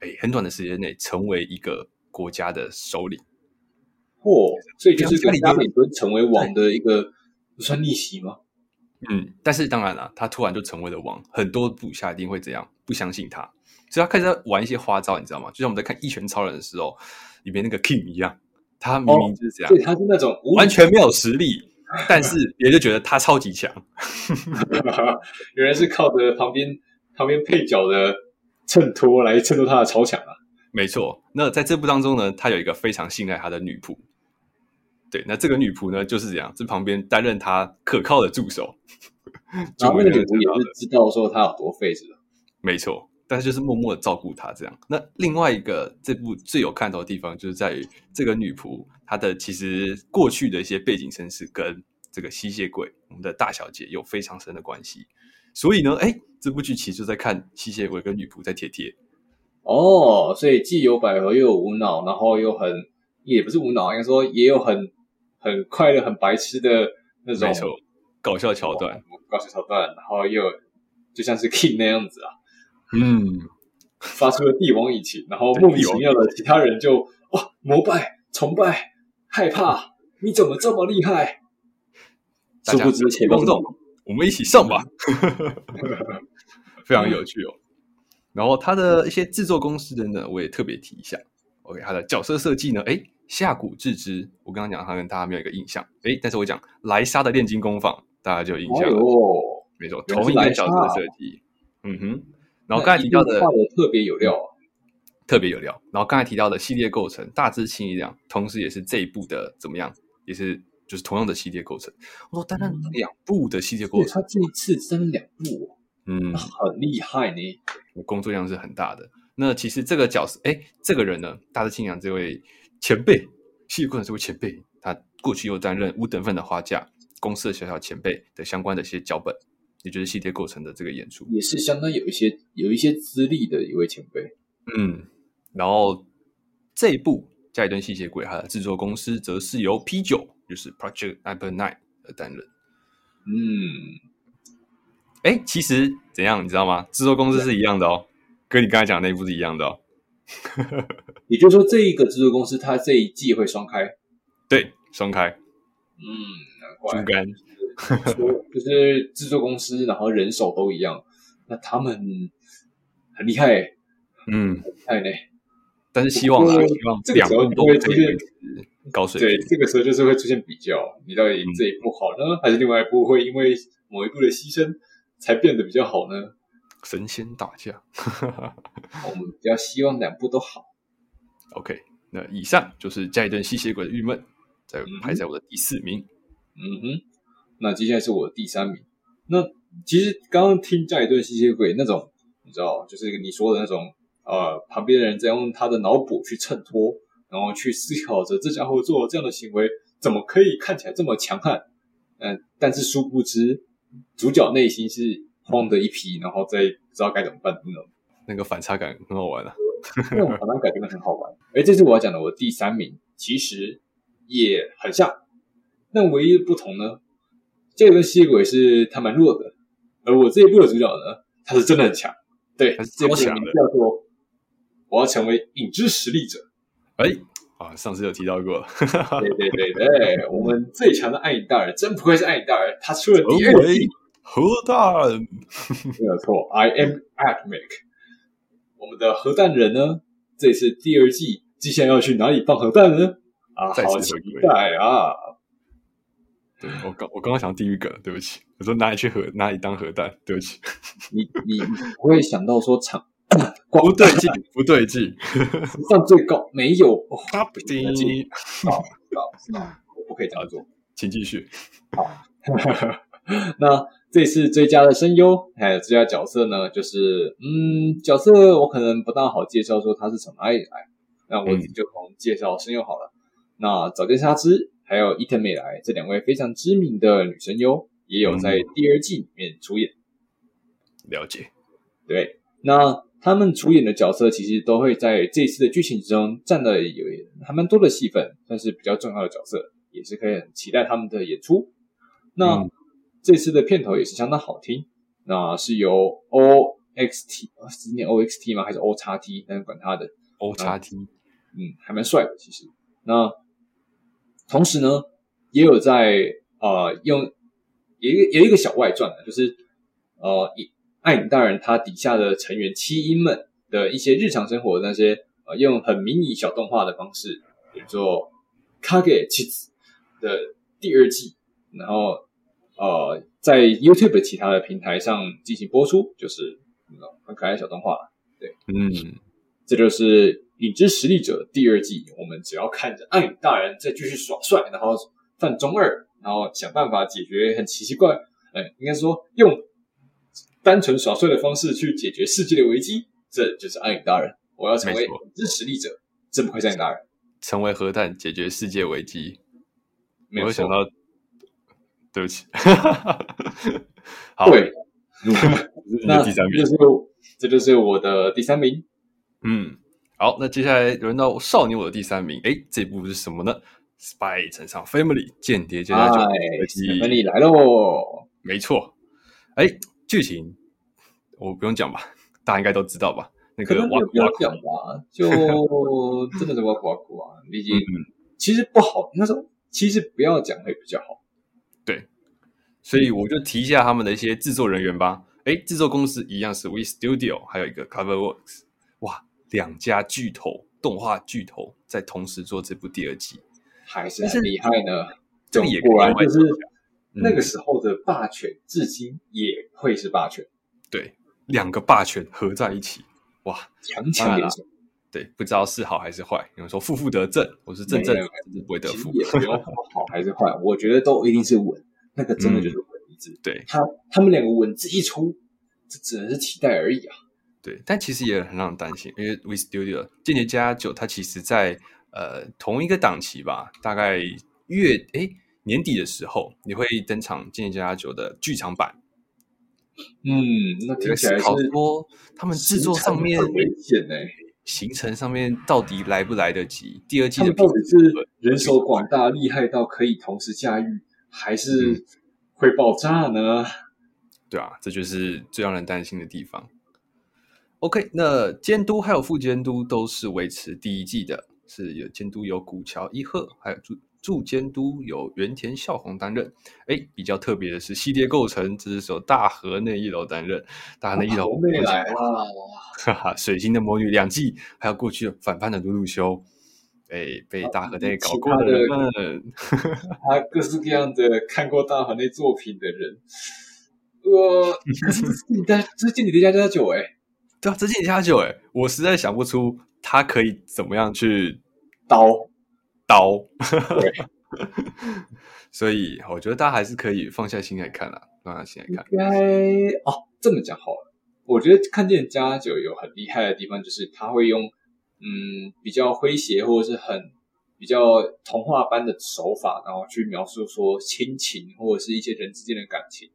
B: 哎很短的时间内成为一个国家的首领。
A: 嚯、所以就是跟家里蹲成为王的一个不算逆袭吗？
B: 嗯，但是当然了，他突然就成为了王，很多部下一定会怎样不相信他，所以他开始在玩一些花招，你知道吗？就像我们在看《一拳超人》的时候，里面那个 King 一样，他明明就是哦这样，
A: 所以他是那种无
B: 啊完全没有实力，但是别人就觉得他超级强。
A: 原来是靠着旁边旁边配角的衬托来衬托他的超强啊。
B: 没错，那在这部当中呢，他有一个非常信赖他的女仆。对，那这个女仆呢，就是这样，是旁边担任他可靠的助手。
A: 然后
B: 助
A: 那
B: 威
A: 个
B: 的
A: 女
B: 人知道
A: 仆也是知道说他有多废，是吧？
B: 没错，但是就是默默的照顾他这样。那另外一个这部最有看头的地方，就是在于这个女仆她的其实过去的一些背景身世跟这个吸血鬼我们的大小姐有非常深的关系。所以呢，哎，这部剧其实就在看吸血鬼跟女仆在贴贴。
A: 哦，所以既有百合，又有无脑，然后又很也不是无脑，应该说也有很很快乐、很白痴的那种
B: 没错，搞笑桥段，
A: 搞笑桥段，然后又有就像是 King 那样子啊，
B: 嗯，
A: 发出了帝王以情，然后
B: 对
A: 莫名
B: 帝王
A: 其妙的其他人就哇膜拜、崇拜、害怕，你怎么这么厉害？
B: 大
A: 殊
B: 家
A: 不知前面
B: 观众，我们一起上吧，非常有趣哦。然后它的一些制作公司等等，我也特别提一下。OK，它的角色设计呢，哎，下谷智之，我刚刚讲他跟大家没有一个印象，哎，但是我讲莱莎的炼金工坊，大家就有印象
A: 哎
B: 了，
A: 呦，
B: 没错，
A: 原来
B: 同
A: 是
B: 一个
A: 莱莎
B: 角色设计，嗯哼。然后刚才提到
A: 那一
B: 的
A: 定画的特别有料啊，
B: 特别有料。然后刚才提到的系列构成大致清一量，同时也是这一部的怎么样，也是就是同样的系列构成。我说单单两部的系列构
A: 对
B: 成，
A: 他这一次真两部哦，
B: 嗯，
A: 很厉害呢。
B: 工作量是很大的。那其实这个角色，哎，这个人呢，大致清扬这位前辈，系列构成这位前辈，他过去又担任五等份的花架公司的小小前辈的相关的一些脚本，也就是系列构成的这个演出。
A: 也是相当有一些有一些资历的一位前辈。
B: 嗯，然后这一部《加里顿吸血鬼》它的制作公司则是由 P 九，就是 Project n i g e r Nine 来担任。
A: 嗯，
B: 哎，其实怎样，你知道吗？制作公司是一样的哦，跟你刚才讲的那一部是一样的哦。
A: 也就是说，这一个制作公司它这一季会双开。
B: 对，双开
A: 嗯，难怪
B: 猪肝，
A: 说就是制作公司，然后人手都一样，那他们很厉害、欸，
B: 嗯，
A: 厉害呢。
B: 但是希望啦，
A: 不过
B: 希望
A: 这个
B: 两
A: 时候
B: 部
A: 你
B: 都
A: 会
B: 可
A: 出
B: 以
A: 现
B: 维持高水
A: 对，
B: 平。
A: 这个时候就是会出现比较，你到底
B: 嗯
A: 这一部好呢，还是另外一部会因为某一部的牺牲才变得比较好呢？
B: 神仙打架。
A: 我们比较希望两部都好。
B: OK，那以上就是《加里顿吸血鬼的郁闷》，在
A: 嗯哼
B: 排在我的第四名。
A: 嗯哼，那接下来是我的第三名。那其实刚刚听加里顿吸血鬼那种，你知道，就是你说的那种，呃，旁边的人在用他的脑补去衬托，然后去思考着这家伙做了这样的行为，怎么可以看起来这么强悍？嗯、但是殊不知，主角内心是慌的一批，然后再不知道该怎么办的那种，
B: 那个反差感很好玩啊。
A: 那种反感觉真的很好玩。而这是我要讲的我的第三名，其实也很像，但唯一的不同呢，这个吸血鬼是他蛮弱的，而我这一部的主角呢，他是真的很强。对，
B: 他是
A: 这部
B: 超
A: 的
B: 强的
A: 名字叫做“我要成为影之实力者
B: 哎，啊，上次有提到过了。”
A: 对对对 对，我们最强的爱你大人，真不愧是爱你大人，他出了
B: 成
A: 第二
B: 为
A: 季，
B: 核弹。
A: 没有错，I am Atomic。我们的核弹人呢，这次第二季接下来要去哪里放核弹呢？啊，
B: 再次
A: 好期
B: 回归
A: 待啊！
B: 对我刚我刚刚想地狱梗，对不起，我说哪里去核哪里当核弹，对不起，
A: 你你你不会想到说场光
B: 不对劲，不 对劲，
A: 史上最高没有，哦
B: 他不
A: 对劲我不可以这样做。
B: 请继续。
A: 那这次最佳的声优还有最佳角色呢，就是嗯，角色我可能不大好介绍说他是从哪里来，哎那我
B: 嗯
A: 就从介绍声优好了。那早见纱织还有伊藤美来这两位非常知名的女声优，也有在第二季里面出演。
B: 了解，
A: 对，那他们主演的角色其实都会在这一次的剧情之中占了有还蛮多的戏份，算是比较重要的角色，也是可以很期待他们的演出。那、
B: 嗯
A: 这次的片头也是相当好听，那是由 O X T 哦是念 O X T 吗？还是 O X T？但是管他的，
B: O 叉 T，
A: 嗯，还蛮帅的其实。那同时呢，也有在呃用有一个有一个小外传的，就是呃一爱你大人他底下的成员七音们的一些日常生活的那些呃用很迷你小动画的方式，比如说《Kage c h i s 的第二季，然后呃在 YouTube 其他的平台上进行播出，就是那种很可爱的小动画啦。
B: 嗯，
A: 这就是《影之实力者》第二季，我们只要看着暗影大人再继续耍帅，然后犯中二，然后想办法解决很奇奇怪，呃，应该说用单纯耍帅的方式去解决世界的危机，这就是暗影大人。我要成为
B: 没
A: 影
B: 错
A: 之实力者，真不愧是暗影大人。
B: 成为核弹解决世界危机，
A: 没
B: 我
A: 有
B: 会想
A: 错，
B: 到，对不起， 好，
A: 对，
B: 这是你
A: 那
B: 的第三
A: 这
B: 名
A: 就，是这就是我的第三名。
B: 嗯，好，那接下来轮到少年我的第三名，哎，这部是什么呢？ spy 乘上 family 间谍加
A: 哎
B: 加九合集，
A: ，Stephanie 来哦喽！
B: 没错。哎，剧情我不用讲吧，大家应该都知道吧？那
A: 可
B: 个
A: 能
B: 挖
A: 也不要
B: 挖
A: 讲
B: 苦，
A: 吧，就真的是挖苦挖苦啊！毕竟
B: 嗯，
A: 其实不好，那时候其实不要讲会比较好。
B: 所以我就提一下他们的一些制作人员吧。哎，制作公司一样是 We Studio，还有一个 CoverWorks，哇，两家巨头，动画巨头在同时做这部第二季，
A: 还是很厉害呢。
B: 这个也
A: 果然就是
B: 嗯
A: 那个时候的霸权，至今也会是霸权，
B: 对两个霸权合在一起，哇，
A: 强强联手，
B: 对，不知道是好还是坏。有人说负负得正，我是正正，
A: 没有
B: 正正不会得
A: 其实
B: 负。
A: 也不要说好还是坏，我觉得都一定是稳，那个真的就是稳一字。
B: 对
A: 他他们两个稳字一出，这只能是期待而已啊。
B: 对，但其实也很让人担心，因为 We Studio 间谍加九，它其实在呃同一个档期吧，大概月诶年底的时候，你会登场间谍加九的剧场版。
A: 嗯，那听起来
B: 好
A: 是
B: 多他们制作上面
A: 很危险呢、
B: 行程上面到底来不来得及？第二季
A: 他
B: 的
A: 们到底是人手
B: 广。
A: 广大，厉害到可以同时驾驭，还
B: 嗯
A: 是会爆炸呢？
B: 对啊，这就是最让人担心的地方。OK，那监督还有副监督都是维持第一季的，是有监督有古桥一鹤，还有助助监督有原田孝宏担任。哎，比较特别的是系列构成，这是由大河内一楼担任，大河内啊一楼
A: 我妹来啊啦，
B: 哈哈，水星的魔女两季，还有过去的反叛的鲁鲁修，哎，被大河内搞过的人们，
A: 他各式各样的看过大环类作品的人，我可是你的这是你的家家酒哎，
B: 对啊，这件下酒哎，我实在想不出他可以怎么样去
A: 刀
B: 刀
A: 对，
B: 所以我觉得大家还是可以放下心来看啦，放下心来
A: 应
B: 看。
A: 该哦，这么讲好了。我觉得看见家家酒有很厉害的地方，就是他会用嗯比较诙谐或者是很比较童话般的手法，然后去描述说亲情或者是一些人之间的感情。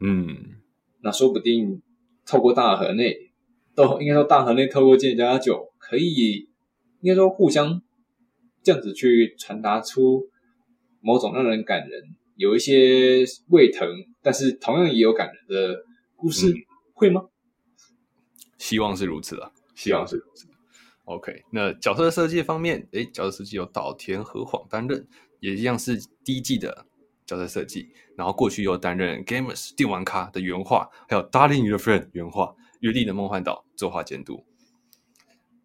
B: 嗯，
A: 那说不定透过大河内，都应该说大河内透过剑家酒，可以应该说互相这样子去传达出某种让人感人，有一些胃疼，但是同样也有感人的故事，
B: 嗯
A: 会吗？
B: 希望是如此啊，希望是
A: 嗯
B: 如此。OK，那角色设计方面，诶，角色设计由岛田和晃担任，也一样是第一季的角色设计。然后过去又担任《Gamers》电玩咖的原画，还有《Darling Your Friend》原画，《约定的梦幻岛》作画监督。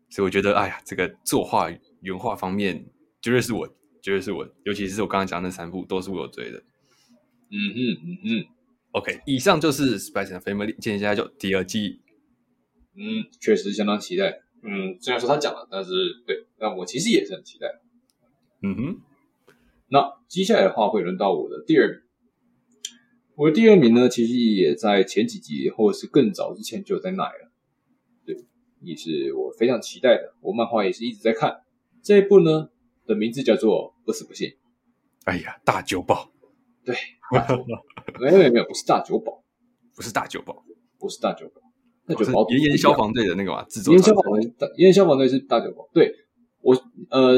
B: 所以我觉得，哎呀，这个作画原画方面，绝对是我，绝对是我，尤其是我刚刚讲的那三部，都是我有追的。
A: 嗯哼嗯哼
B: OK，以上就是《Spice and Family》见下就第二季。
A: 嗯，确实相当期待。嗯，虽然说他讲了，但是对，但我其实也是很期待。
B: 嗯哼，
A: 那接下来的话会轮到我的第二名。我的第二名呢，其实也在前几集或者是更早之前就有在那里了，对，也是我非常期待的。我漫画也是一直在看这一部呢，的名字叫做《不死不信
B: 哎呀，大酒保》。
A: 对，没有没有没有，不是大酒保，
B: 不是大酒 保，
A: 不是大酒保，大酒
B: 就哦是
A: 保
B: 炎炎消防队的那个嘛，制作
A: 烟消
B: 团
A: 防队是大，烟消防队是大酒保。对我，呃，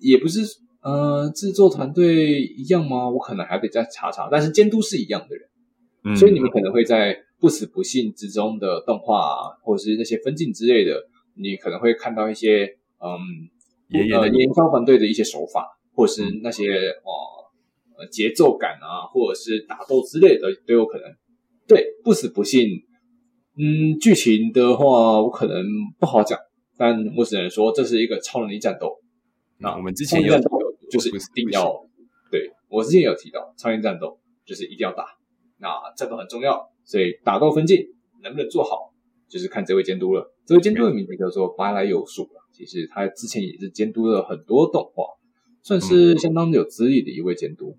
A: 也不是，呃，制作团队一样吗？我可能还得再查查，但是监督是一样的人。
B: 嗯
A: 所以你们可能会在不死不信之中的动画、啊，或者是那些分镜之类的，你可能会看到一些嗯，
B: 爷爷的嗯
A: 呃
B: 影
A: 研消防队的一些手法，或者是那些哦、呃节奏感啊，或者是打斗之类的都有可能。对，不死不信，嗯，剧情的话我可能不好讲，但我只能说这是一个超能力战斗。
B: 那我们之
A: 超
B: 前
A: 能力
B: 有
A: 战斗哦就是一定要，对我之前有提到，超能力战斗就是一定要打，那战斗很重要，所以打斗分镜能不能做好，就是看这位监督了。这位监督的名字叫做白来有树了，其实他之前也是监督了很多动画，算是相当有资历的一位监督、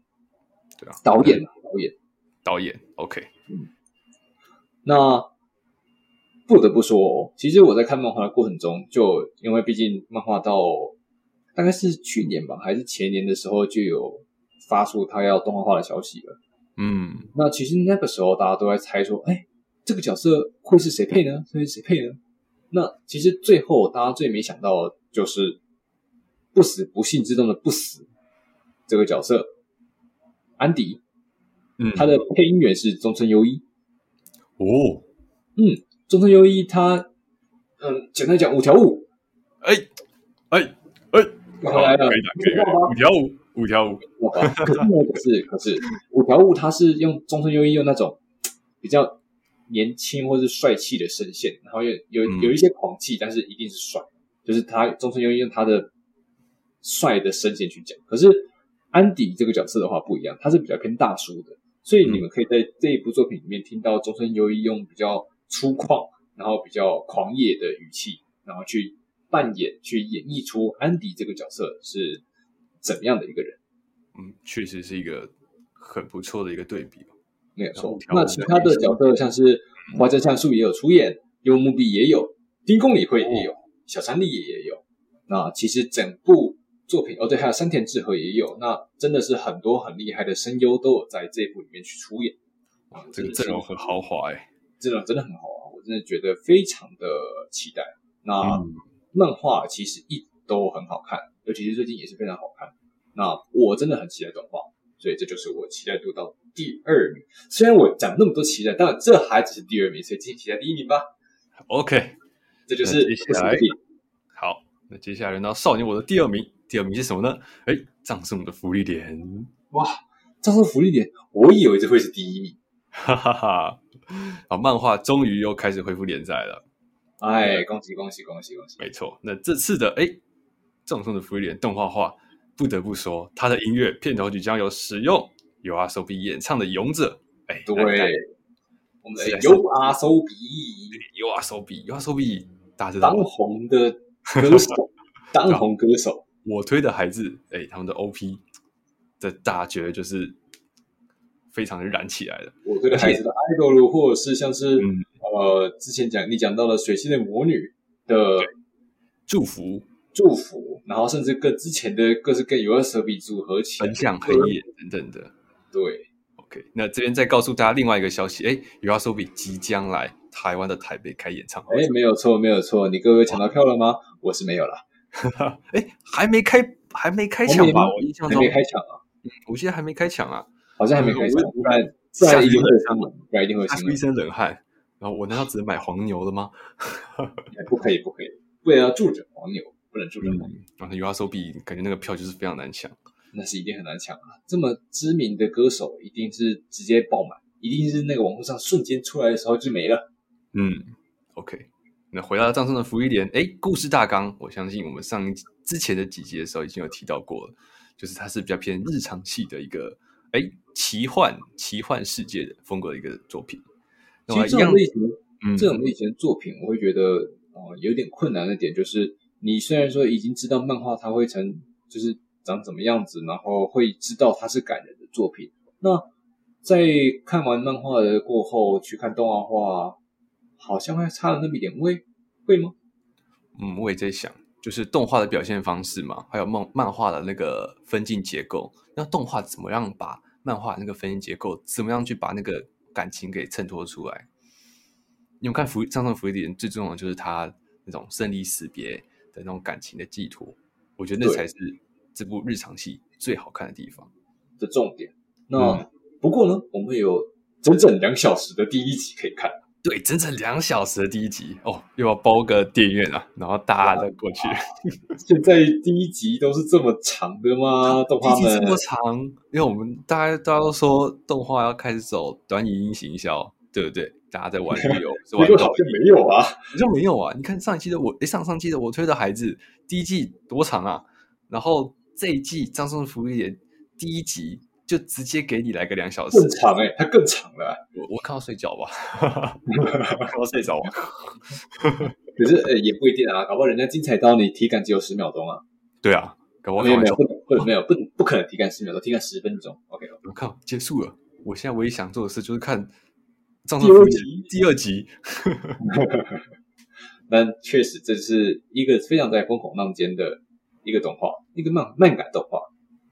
B: 对啊，
A: 导演啊，导演。
B: 导演，OK，
A: 那不得不说哦，其实我在看漫画的过程中，就因为毕竟漫画到大概是去年吧，还是前年的时候就有发出他要动画化的消息了。
B: 嗯，
A: 那其实那个时候大家都在猜说，哎，这个角色会是谁配呢？会是谁配呢？那其实最后大家最没想到的就是不死不幸之中的不死，这个角色安迪，
B: 嗯，
A: 他的配音员是中村优一。
B: 哦，
A: 中村优一他，嗯，简单讲五条悟
B: 哎哎哎，
A: 回来了
B: 好可以打，可以打，五条五，五条五，
A: 好吧？哦可是呢可是可是五条悟他是用中村优一用那种比较年轻或是帅气的声线，然后有有
B: 嗯
A: 有一些狂气，但是一定是帅，就是他中村优一用他的帅的声线去讲。可是安迪这个角色的话不一样，他是比较偏大叔的，所以你们可以在这一部作品里面听到中村优一用比较粗犷，然后比较狂野的语气，然后去扮演、去演绎出安迪这个角色是怎么样的一个人。
B: 嗯，确实是一个很不错的一个对比。
A: 没有错
B: 五。条悟
A: 那其他的角色像是花泽香树也有出演，幽木碧也有，丁宫理惠也
B: 哦
A: 有，小山丽也也有。那其实整部作品哦，对，还有山田智和也有。那真的是很多很厉害的声优都有在这部里面去出演，啊
B: 哇，这个阵容很豪华哎、
A: 这种真的很好啊！我真的觉得非常的期待。那、
B: 嗯，
A: 漫画其实一直都很好看，尤其是最近也是非常好看。那我真的很期待动画，所以这就是我期待度到第二名。虽然我讲那么多期待，但这还只是第二名，所以敬请期待第一名吧。
B: OK，
A: 这就是
B: 那接下来
A: 不死的
B: 好，那接下来轮到少年我的第二名，第二名是什么呢？哎，葬送的福利点，
A: 哇，战胜福利点，我以为这会是第一名。
B: 哈哈哈！好，漫画终于又开始恢复连载了，
A: 哎，恭喜恭喜恭喜恭喜！
B: 没错。那这次的哎，葬送的福利点动画化，不得不说，它的音乐片头曲将由使用由阿 s o b 演唱的《勇者》哎，
A: 对，我们
B: 是
A: 的
B: 啊
A: 尤阿搜比，
B: 由阿 s o b 由阿 s o b 大家知道
A: 当
B: 吗？
A: 红的歌 手，当红歌手，
B: 我推的孩子，哎，他们的 OP 的大家觉得就是非常的燃起来了。
A: 我对的孩子的 idol，或者是像是、
B: 嗯
A: 呃之前讲你讲到的水星的魔女的
B: 祝福
A: 祝福，然后甚至跟之前的各式各样有二蛇比组合起来
B: 分，享黑夜等等的。
A: 对，
B: OK，那这边再告诉大家另外一个消息，哎 u a s o b 即将来台湾的台北开演唱会，
A: 哎，没有错，没有错，你各位抢到票了吗？我是没有了，
B: 哎，还没开，还没开抢吧？我印象
A: 还
B: 中
A: 没，开抢啊，
B: 我记得还没开抢啊，
A: 好像还没开抢，
B: 我
A: 不然不然一定会有新闻，不然一定会有
B: 吓
A: 新
B: 出一
A: 闻，
B: 身冷汗。然后我难道只能买黄牛了吗？
A: 哎不可以，不可以，为了要住着黄牛，不能住着
B: 嗯
A: 黄牛，，
B: 然后 u a s o b 感觉那个票就是非常难抢。
A: 那是一定很难抢啊。这么知名的歌手，一定是直接爆满，一定是那个网络上瞬间出来的时候就没了。
B: 嗯，OK。那回到葬送的福利点，哎，故事大纲，我相信我们上一集之前的几集的时候已经有提到过了，就是它是比较偏日常系的一个，哎，奇幻奇幻世界的风格的一个作品。那
A: 其
B: 么
A: 实这
B: 啊一样
A: 种，类型的
B: 嗯，
A: 这种类型的作品，我会觉得呃有点困难的点就是，你虽然说已经知道漫画它会成就是长什么样子，然后会知道它是感人的作品，那在看完漫画的过后去看动画化，好像会差了那么一点味，会吗？
B: 嗯，我也在想，就是动画的表现方式嘛，还有漫漫画的那个分镜结构，那动画怎么样把漫画那个分镜结构，怎么样去把那个感情给衬托出来？你们看福《上上福利点》最重要的就是他那种生离死别的那种感情的寄托，我觉得那
A: 对
B: 才是这部日常戏最好看的地方。
A: 的重点。那、
B: 嗯
A: 不过呢，我们有整整两小时的第一集可以看，
B: 对，整整两小时的第一集哦，又要包个电影院啊，然后大家再过去。
A: 现在第一集都是这么长的吗？动画
B: 第一季
A: 们
B: 这么长，因为我们大家大家都说动画要开始走短影音行销，对不对？大家在 玩旅游，是玩
A: 结果
B: 抖
A: 好像没有啊。
B: 音，就没有啊？你看上一季的我，诶，上上季的我推的孩子，第一季多长啊？然后这一季张松福利也第一集就直接给你来个两小时，
A: 更长哎、它更长了啊、
B: 我我看到睡觉吧， 看到睡着吧。
A: 啊可是呃也不一定啊，搞不好人家精彩到你体感只有十秒钟啊。
B: 对啊，搞我
A: 没有没
B: 看完
A: 有
B: 就
A: 不不没有不不可能体感十秒钟，体感十分钟。OK，
B: 我靠结束了，我现在唯一想做的事就是看张
A: 第
B: 松福
A: 二
B: 利
A: 集
B: 第二集。
A: 但确实这是一个非常在风口浪尖的一个动画，一个漫漫改动画。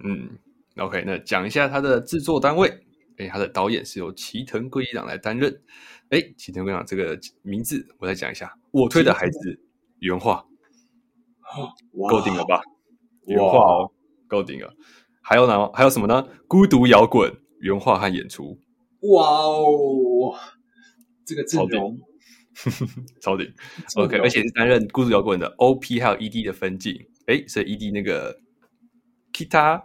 B: 嗯，OK，那讲一下它的制作单位，哎，它的导演是由齐藤圭一郎来担任。哎，齐藤圭一郎这个名字，我再讲一下，《我推的孩子》原画
A: 哇
B: 够顶了吧？原
A: 哇
B: 画哦，够顶了。还有呢？还有什么呢？孤独摇滚原画和演出，
A: 哇哦，这个阵容
B: 超顶。
A: 阵
B: OK，
A: 容
B: 而且是担任孤独摇滚的 OP 还有 ED 的分镜。诶，所以 ED 那个 Kita，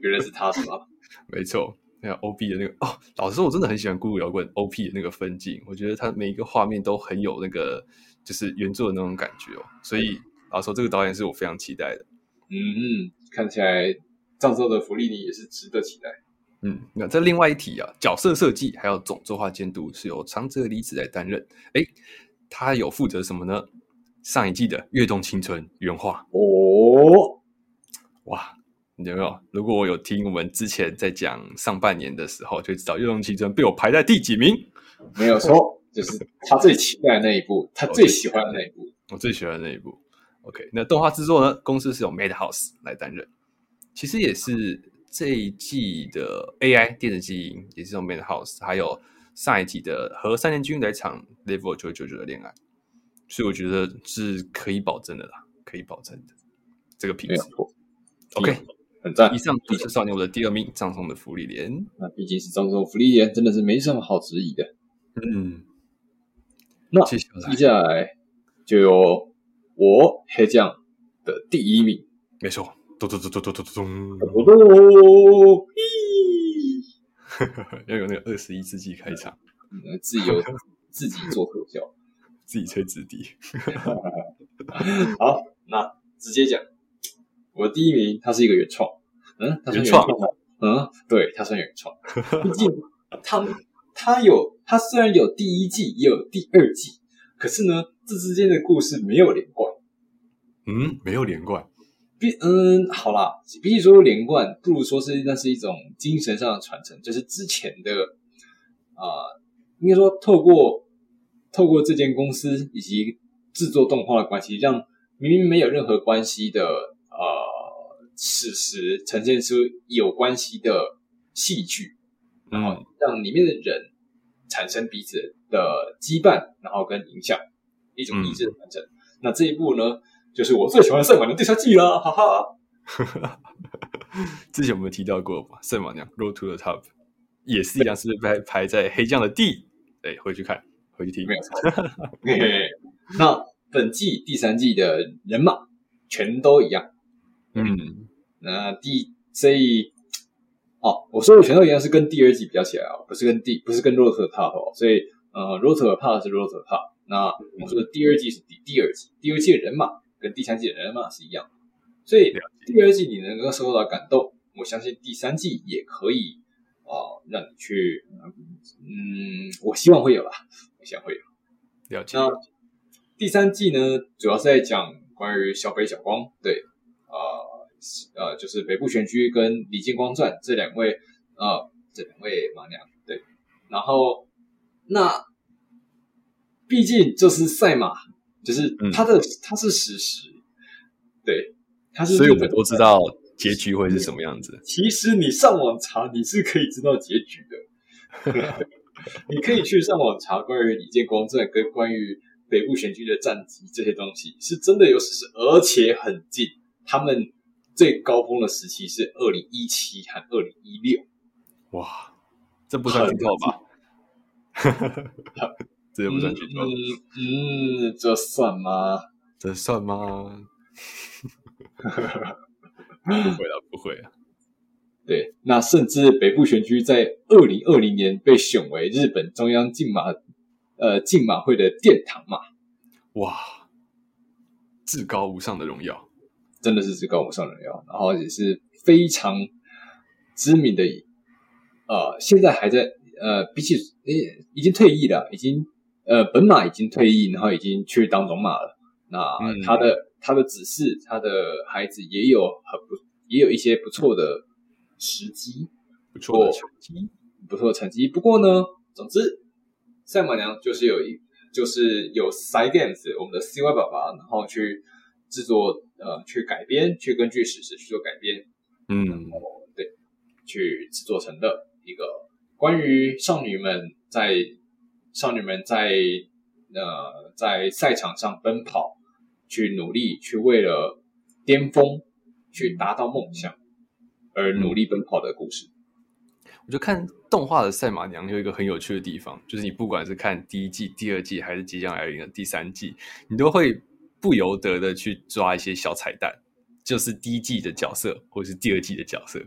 A: 原来是他是吧？
B: 没错，那个 OP 的那个哦，老实说，我真的很喜欢孤独摇滚 OP 的那个分镜，我觉得它每一个画面都很有那个就是原作的那种感觉哦。所以老实说，这个导演是我非常期待的。
A: 嗯，看起来藏州的福利尼也是值得期待。
B: 嗯，那这另外一题啊，角色设计还有总作画监督是由长泽理子来担任。诶，他有负责什么呢？上一季的《跃动青春》原画，
A: 哦，
B: 哇，你有没有？如果我有听我们之前在讲上半年的时候，就会知道《跃动青春》被我排在第几名。
A: 没有错，就是他最期待的那一部，他最喜欢的那一部。
B: 我最喜欢的那一部。OK，那动画制作呢，公司是由 Madhouse 来担任，其实也是这一季的 AI 电子基因，也是用 Madhouse，还有上一季的和三年军来场 Level 九九九的恋爱，所以我觉得是可以保证的啦，可以保证的这个品
A: 没有
B: 质。
A: 错，
B: OK，
A: 很赞
B: 以。上就是少年我的第二名葬送的福利连。
A: 那毕竟是藏州福利年，真的是没什么好质疑的。
B: 嗯，
A: 那
B: 接下来
A: 接下来就由我黑酱的第一名。
B: 没错，咚咚咚咚咚咚咚
A: 哦，嘿
B: 要有那个二十一世纪开场，
A: 嗯自由自己做特效。
B: 自己吹自己。
A: 好，那直接讲，我第一名，它是一个原创，嗯，它算创吗？嗯，对，它算原创，毕竟它它有它虽然有第一季，也有第二季，可是呢，这之间的故事没有连贯。
B: 嗯，没有连贯。
A: 毕嗯，好啦，比起说连贯，不如说是那是一种精神上的传承，就是之前的啊、呃应该说透过透过这间公司以及制作动画的关系，让明明没有任何关系的呃史实呈现出有关系的戏剧，然 后让里面的人产生彼此的羁绊，然后跟影响，一种意志的传承。那这一部呢，就是我最喜欢圣晚的第三季啦，哈哈。
B: 之前我们提到过嘛，圣马娘 Road to the Top 也是一样，是排排在黑酱的第。哎，回去看，回去听
A: 没。有错。嘿嘿 那本季第三季的人马全都一样。
B: 嗯，
A: 那第所以哦，我说的全都一样是跟第二季比较起来哦，不是跟第不是跟 r o t e Top 哦，所以呃 r o t e Top 是 r o t e Top。那我说的第二季是第第二季，第二季的人马跟第三季的人马是一样的，所以
B: 了
A: 第二季你能够受到感动，我相信第三季也可以哦、让你去嗯，我希望会有啦，我希望会有。
B: 了解。
A: 那第三季呢，主要是在讲关于小北、小光，对，呃，呃，就是北部选区跟李进光传这两位，呃，这两位马娘，对，然后那毕竟就是赛马，就是
B: 嗯
A: 它的、它是史实，对，它是，
B: 所以我们都知。道结局会是什么样子。
A: 其实你上网查，你是可以知道结局的。你可以去上网查关于李建光正跟关于北部选区的战绩这些东西，是真的有史实，而且很近。他们最高峰的时期是二零一七和二零一六，
B: 哇，这不算剧透吧？ 这不算剧透，
A: 嗯嗯嗯嗯，这算吗？
B: 这算 吗？不会了，不会啊了。
A: 对，那甚至北部选区在二零二零年被选为日本中央竞马呃竞马会的殿堂马。
B: 哇，至高无上的荣耀。
A: 真的是至高无上荣耀，然后也是非常知名的，呃，现在还在呃，比起诶已经退役了，已经呃本马已经退役，然后已经去当种马了。那
B: 嗯
A: 他的、他的子嗣，他的孩子也有很不也有一些不错的时机，
B: 不错的
A: 哦
B: 成绩。
A: 不错的成绩。不过呢，总之赛马娘就是有一就是有 Side Games 我们的 CY 爸爸，然后去制作呃去改编，去根据史实去做改编，
B: 嗯，
A: 去制作成的一个关于少女们在少女们在呃在赛场上奔跑，去努力去为了巅峰去达到梦想而努力奔跑的故事。
B: 我就看动画的《赛马娘》有一个很有趣的地方，就是你不管是看第一季、第二季，还是即将来临的第三季，你都会不由得的去抓一些小彩蛋，就是第一季的角色，或者是第二季的角色，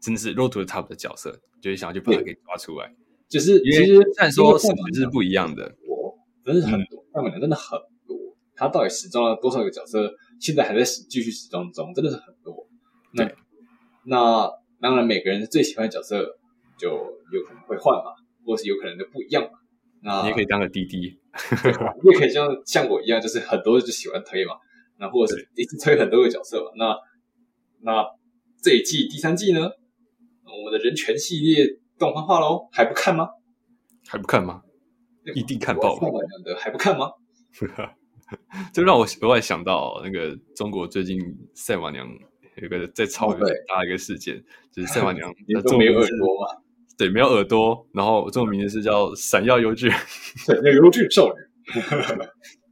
B: 甚至是 Road to the Top 的角色，就会想要去把它给抓出来。
A: 就是
B: 因
A: 其
B: 为
A: 实
B: 虽然说
A: 赛
B: 是
A: 马
B: 是不一样的，
A: 多，真是
B: 嗯
A: 很多，他们俩真的很多。他到底时装了多少个角色？现在还在时继续时装中，真的是很多。那
B: 对
A: 那当然，每个人最喜欢的角色就有可能会换嘛，或是有可能就不一样嘛。那
B: 你也可以当个滴滴，
A: 你也可以像像我一样，就是很多人就喜欢推嘛，那或者是一次推很多个角色嘛。那那这一季第三季呢，我们的人权系列动画化喽，还不看吗？
B: 还不看吗？一定看爆吧
A: 看完了的还不看吗？
B: 就让我额外想到那个中国最近赛马娘有一个在炒
A: 哦对
B: 大的一个事件，就是赛马娘
A: 你
B: 的
A: 都
B: 中
A: 没有
B: 文
A: 耳
B: 是
A: 朵嘛？
B: 对，没有耳朵，然后中文名字是叫《闪耀优剧》，
A: 对，那个优质少女。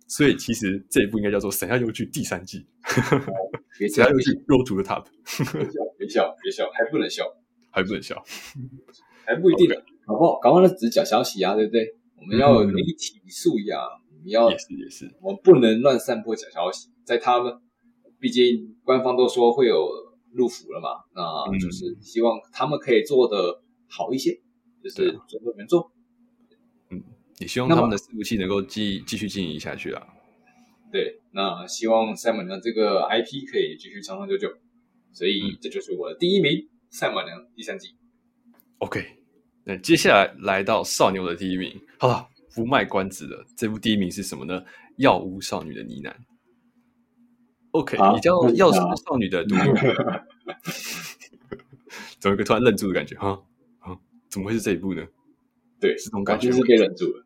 B: 所以其实这一部应该叫做《闪耀优剧》第三季，
A: 别
B: 《闪耀优剧》弱图的 Top
A: 别笑，别笑，别笑，还不能笑，
B: 还不能笑，
A: 还不一定呢，好不好？搞完了只是讲消息啊，对不对？我们要
B: 嗯
A: 立体素养，我们要
B: 也是也是，
A: 我们不能乱散播假消息，在他们，毕竟官方都说会有入伏了嘛，
B: 嗯
A: 那就是希望他们可以做的好一些，就是
B: 对啊
A: 尊重原作。
B: 也希望
A: 那
B: 他
A: 么
B: 们的服务器能够继继续经营下去啊。
A: 对，那希望赛马娘这个 IP 可以继续长长久久，所
B: 嗯
A: 以这就是我的第一名，赛马娘第三季。
B: OK，那接下来来到少牛的第一名，好了，不卖关子的，这部第一名是什么呢？药屋少女的呢喃。OK，
A: 好
B: 你叫
A: 那
B: 药师
A: 好
B: 少女 的毒 物，怎么有一个突然愣住的感觉？哈啊，怎么会是这一部呢？
A: 对，
B: 是这种
A: 完
B: 感觉
A: 全。是被忍住了。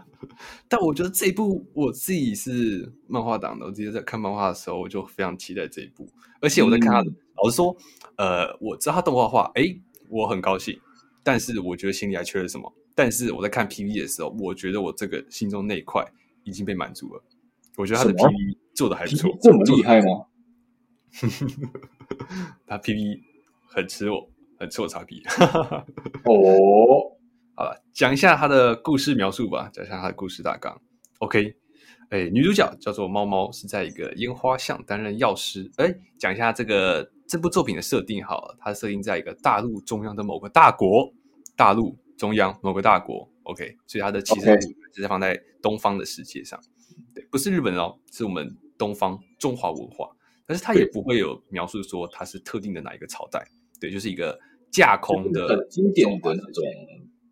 B: 但我觉得这一部我自己是漫画党的，我直接在看漫画的时候，我就非常期待这一部。而且我在看他，
A: 嗯
B: 老实说，呃，我知道他动画化，诶，我很高兴，但是我觉得心里还缺了什么。但是我在看 PV 的时候，我觉得我这个心中那一块已经被满足了。我觉得他的
A: 什么
B: PV 做的还不错，
A: 这么厉
B: 害，
A: 害吗？
B: 他 PV 很吃我，很吃我擦皮。
A: 哦，
B: 好了，讲一下它的故事描述吧，讲一下它的故事大纲。OK，哎，女主角叫做猫猫，是在一个烟花巷担任药师。哎，讲一下这个这部作品的设定好了，它设定在一个大陆中央的某个大国，大陆中央某个大国。OK，所以它的其实
A: OK
B: 是放在东方的世界上，对，不是日本哦，是我们东方中华文化。但是它也不会有描述说它是特定的哪一个朝代，对，就是一个架空的
A: 很经典
B: 中华
A: 的那
B: 世界
A: 种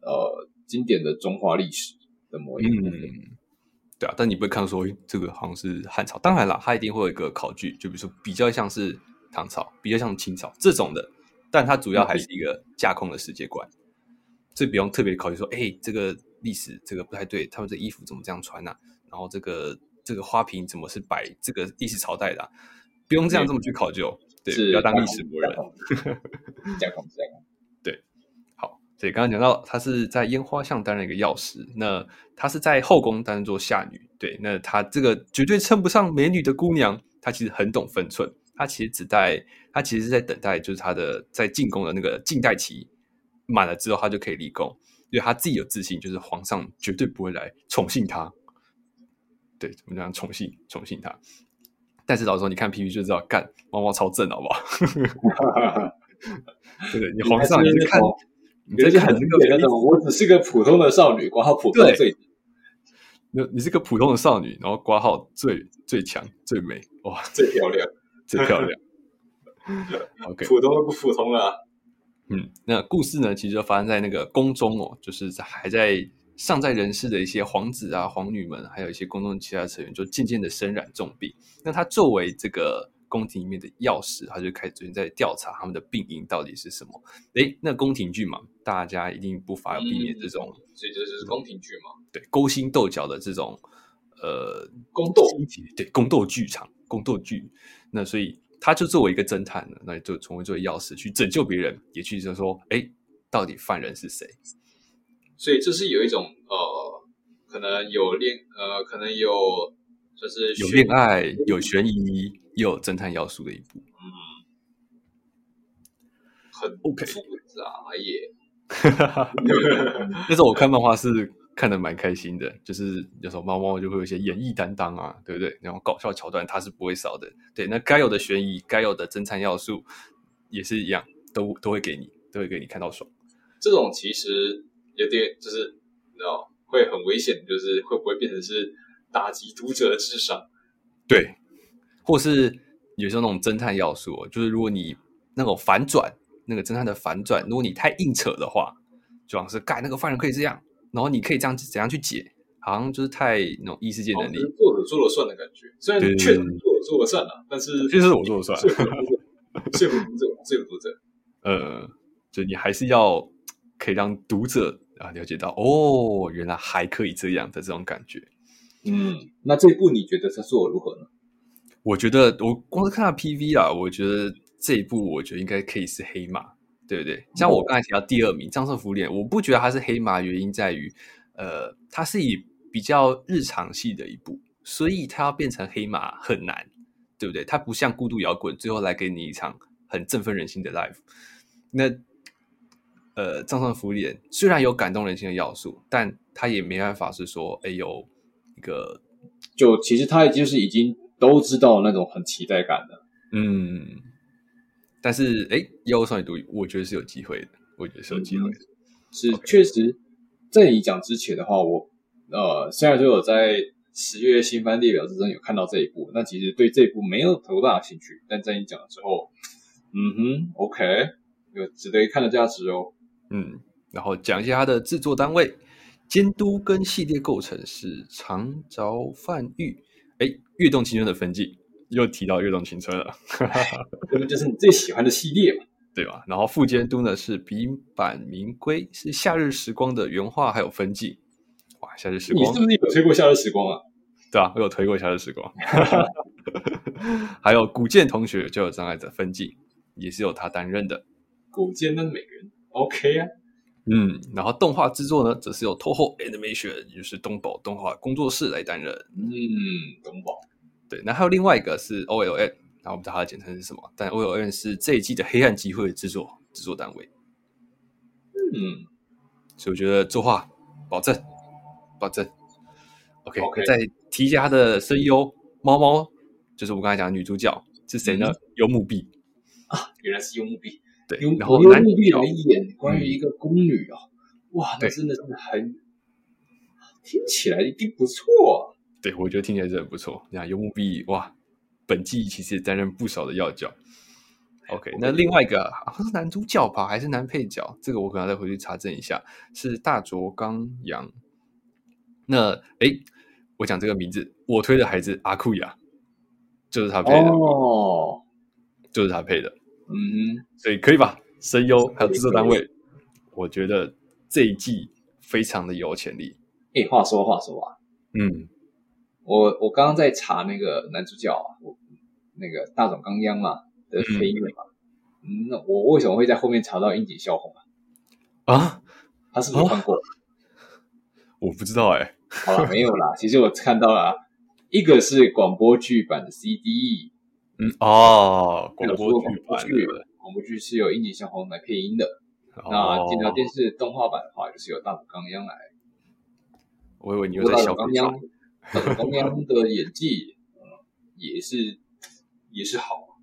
A: 呃经典的中华历史的模样。
B: 嗯，对啊，但你不会看说诶这个好像是汉朝，当然啦，它一定会有一个考据，就比如说比较像是唐朝，比较像清朝这种的，但它
A: 嗯
B: 主要还是一个架空的世界观，所以不用特别考虑说，哎，这个历史这个不太对，他们这衣服怎么这样穿啊？然后这个这个花瓶怎么是摆这个历史朝代的啊、不用这样这么去考究，
A: 嗯
B: 对，
A: 是
B: 不要当历史博人。
A: 架空架空，
B: 好，所以刚刚讲到她是在烟花巷担任一个药师，那她是在后宫担任做下女。对，那她这个绝对称不上美女的姑娘，她其实很懂分寸，她其实只待，她其实是在等待，就是她的在进宫的那个静待期满了之后，她就可以立宫，因为她自己有自信，就是皇上绝对不会来宠幸她。对，怎么讲宠幸宠幸她？但是老实说，你看 P P 就知道，干猫猫超正，好不好？ 对不 对？你皇上你是看你
A: 有
B: 在
A: 一些
B: 看
A: 很
B: 这
A: 经
B: 个
A: 典那
B: 妃子
A: 种，我只是个普通的少女，括号普通
B: 对
A: 最
B: 你你是个普通的少女，然后挂号最最强最美，哇，
A: 最漂亮，
B: 最漂亮。OK，
A: 普通都不普通啊了。
B: 嗯，那故事呢，其实就发生在那个宫中哦，就是在还在尚在人世的一些皇子啊、皇女们，还有一些宫中其他成员，就渐渐的身染重病。那他作为这个宫廷里面的药师，他就开始最近在调查他们的病因到底是什么。诶，那宫廷剧嘛，大家一定不乏有避免这种、
A: 所以这就是宫廷剧嘛，
B: 对勾心斗角的这种呃
A: 宫斗
B: 情节对宫斗剧场宫斗剧。那所以他就作为一个侦探呢，那就成为作为钥匙去拯救别人，也去就说，哎，到底犯人是谁？
A: 所以这是有一种呃，可能有恋呃，可能有就是
B: 有
A: 悬
B: 恋爱，有悬疑，也有侦探要素的一部。
A: 很
B: OK
A: 复杂耶。
B: 那时候我看漫画是看的蛮开心的，就是有时候猫猫就会有一些演绎担当啊，对不对？然后搞笑桥段它是不会少的，对，那该有的悬疑、该有的侦探要素也是一样，都都会给你，都会给你看到爽。
A: 这种其实有点就是，你知道会很危险，就是会不会变成是打击读者的智商？
B: 对，或是有时候那种侦探要素哦，就是如果你那种反转，那个侦探的反转，如果你太硬扯的话，就好像是盖那个犯人可以这样，然后你可以这样怎样去解，好像就是太那种异世界
A: 好
B: 能
A: 像
B: 力
A: 哦就，是作者说了算的感觉。虽然
B: 对对
A: 确实
B: 对
A: 作者说了算了，但是
B: 就是我说了算
A: 说服读者， 说服读者，说服读者。
B: 呃，就你还是要可以让读者啊了解到，哦，原来还可以这样的这种感觉。
A: 嗯，那这一部你觉得它做的如何呢？
B: 我觉得我光是看到 PV 啦，我觉得这一部我觉得应该可以是黑马，对不对？像我刚才提到第二名《张胜福脸》，我不觉得它是黑马，原因在于，呃，它是以比较日常系的一部，所以它要变成黑马很难，对不对？它不像《孤独摇滚》最后来给你一场很振奋人心的 live。那呃，《张胜福脸》虽然有感动人心的要素，但它也没办法是说，哎，有一个
A: 就其实他就是已经都知道那种很期待感了。
B: 嗯，但是哎，妖少女独立，我觉得是有机会的，我觉得是有机会的。
A: 是确实，在你讲之前的话，我呃虽然说有在十月新番列表之中有看到这一部，那其实对这一部没有多大的兴趣。但在你讲了之后，嗯哼，OK，有值得一看的价值哦。
B: 嗯，然后讲一下它的制作单位，监督跟系列构成是长沼饭玉，哎，跃动青春的分季又提到跃动青春了，
A: 这个就是你最喜欢的系列嘛？
B: 对吧？然后副监督呢是平坂明圭，是夏日时光的原画还有分季，哇，夏日时
A: 你
B: 光
A: 是不是有推过《夏日时光》啊？
B: 对啊，我有推过《夏日时光》，还有古剑同学就有障碍者分季，也是由他担任的。
A: 古剑跟美人，OK 啊，
B: 嗯，然后动画制作呢，则是由 Toho Animation，也就是东宝动画工作室来担任。
A: 嗯，懂宝，
B: 对，那还有另外一个是 OLN，然后我不知道它的简称是什么，但 OLN 是这一季的《黑暗集会》制作制作单位，
A: 嗯，
B: 所以我觉得作画保证保证。OK，,
A: OK
B: 那再提一下它的声优猫猫，就是我刚才讲的女主角是谁呢
A: 嗯？
B: 游牧碧。
A: 原来是幽木碧，
B: 对
A: 幽，
B: 然后
A: 幽
B: 男
A: 木
B: 主
A: 碧哦
B: 角嗯
A: 来演关于一个宫女啊，哇，那
B: 对
A: 真的是很听起来一定不错、啊，
B: 对，我觉得听起来真的不错。那游牧币哇，本季其实也担任不少的要角。OK，那另外一个好像是男主角吧，还是男配角？这个我可能要再回去查证一下。是大卓刚阳。那诶，我讲这个名字，我推的孩子阿库亚，就是他配的，
A: 哦，
B: 就是他配的，
A: 嗯
B: 所以可以吧？声优还有制作单
A: 可
B: 位，我觉得这一季非常的有潜力。
A: 哼，哎，话说话说啊，
B: 嗯，
A: 我我刚刚在查那个男主角啊，我那个大冢刚央嘛的
B: 嗯
A: 配音嘛，嗯，那我为什么会在后面查到樱井孝宏啊？
B: 啊，
A: 他是不是换过？
B: 我不知道哎、
A: 好了，没有啦， 其实我看到了啊，一个是广播剧版的 E，CD，
B: 嗯，哦，广播
A: 广
B: 剧
A: 播
B: 版
A: 剧
B: 的。
A: 广播剧是由樱井孝宏来配音的。那
B: 哦，
A: 进到电视动画版的话，就是由大冢刚央来。
B: 我以为你
A: 不
B: 又
A: 过
B: 在
A: 大
B: 消
A: 冢
B: 费
A: 刚
B: 它
A: 央，大冢刚央的演技，呃也是也是好。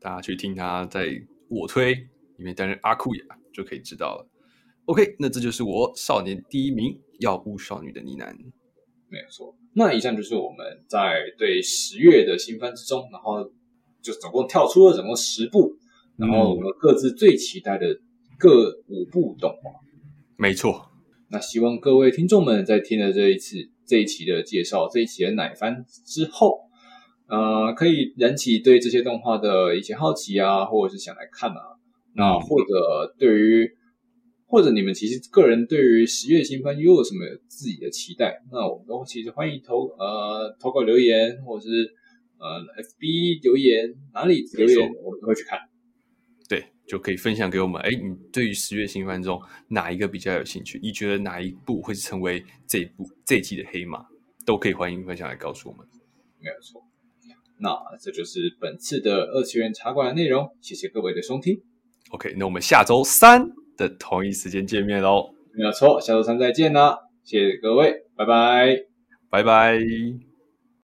B: 大家去听他在我推里面担任阿库亚就可以知道了。OK，那这就是我少年第一名《药物少女的呢喃》。
A: 没有错。那以上就是我们在对十月的新番之中，然后就总共跳出了总共十部，然后我们各自最期待的各五部动画。
B: 没错，
A: 那希望各位听众们在听了这一次这一期的介绍，这一期的奶番之后，呃，可以燃起对这些动画的一些好奇啊，或者是想来看啊，那
B: 嗯
A: 或者对于，或者你们其实个人对于十月新番又有什么自己的期待，那我们都其实欢迎投呃投稿留言，或者是呃 FB 留言哪里留言
B: 没，
A: 我们都会去看。
B: 对，就可以分享给我们。哎，你对于十月新番中哪一个比较有兴趣？你觉得哪一部会成为这一部这一季的黑马？都可以欢迎分享来告诉我们。
A: 没有错。那这就是本次的二次元茶馆的内容，谢谢各位的收听，
B: OK，那我们下周三的同一时间见面喽，
A: 没有错，下周三再见啦，谢谢各位，拜拜。
B: 拜拜。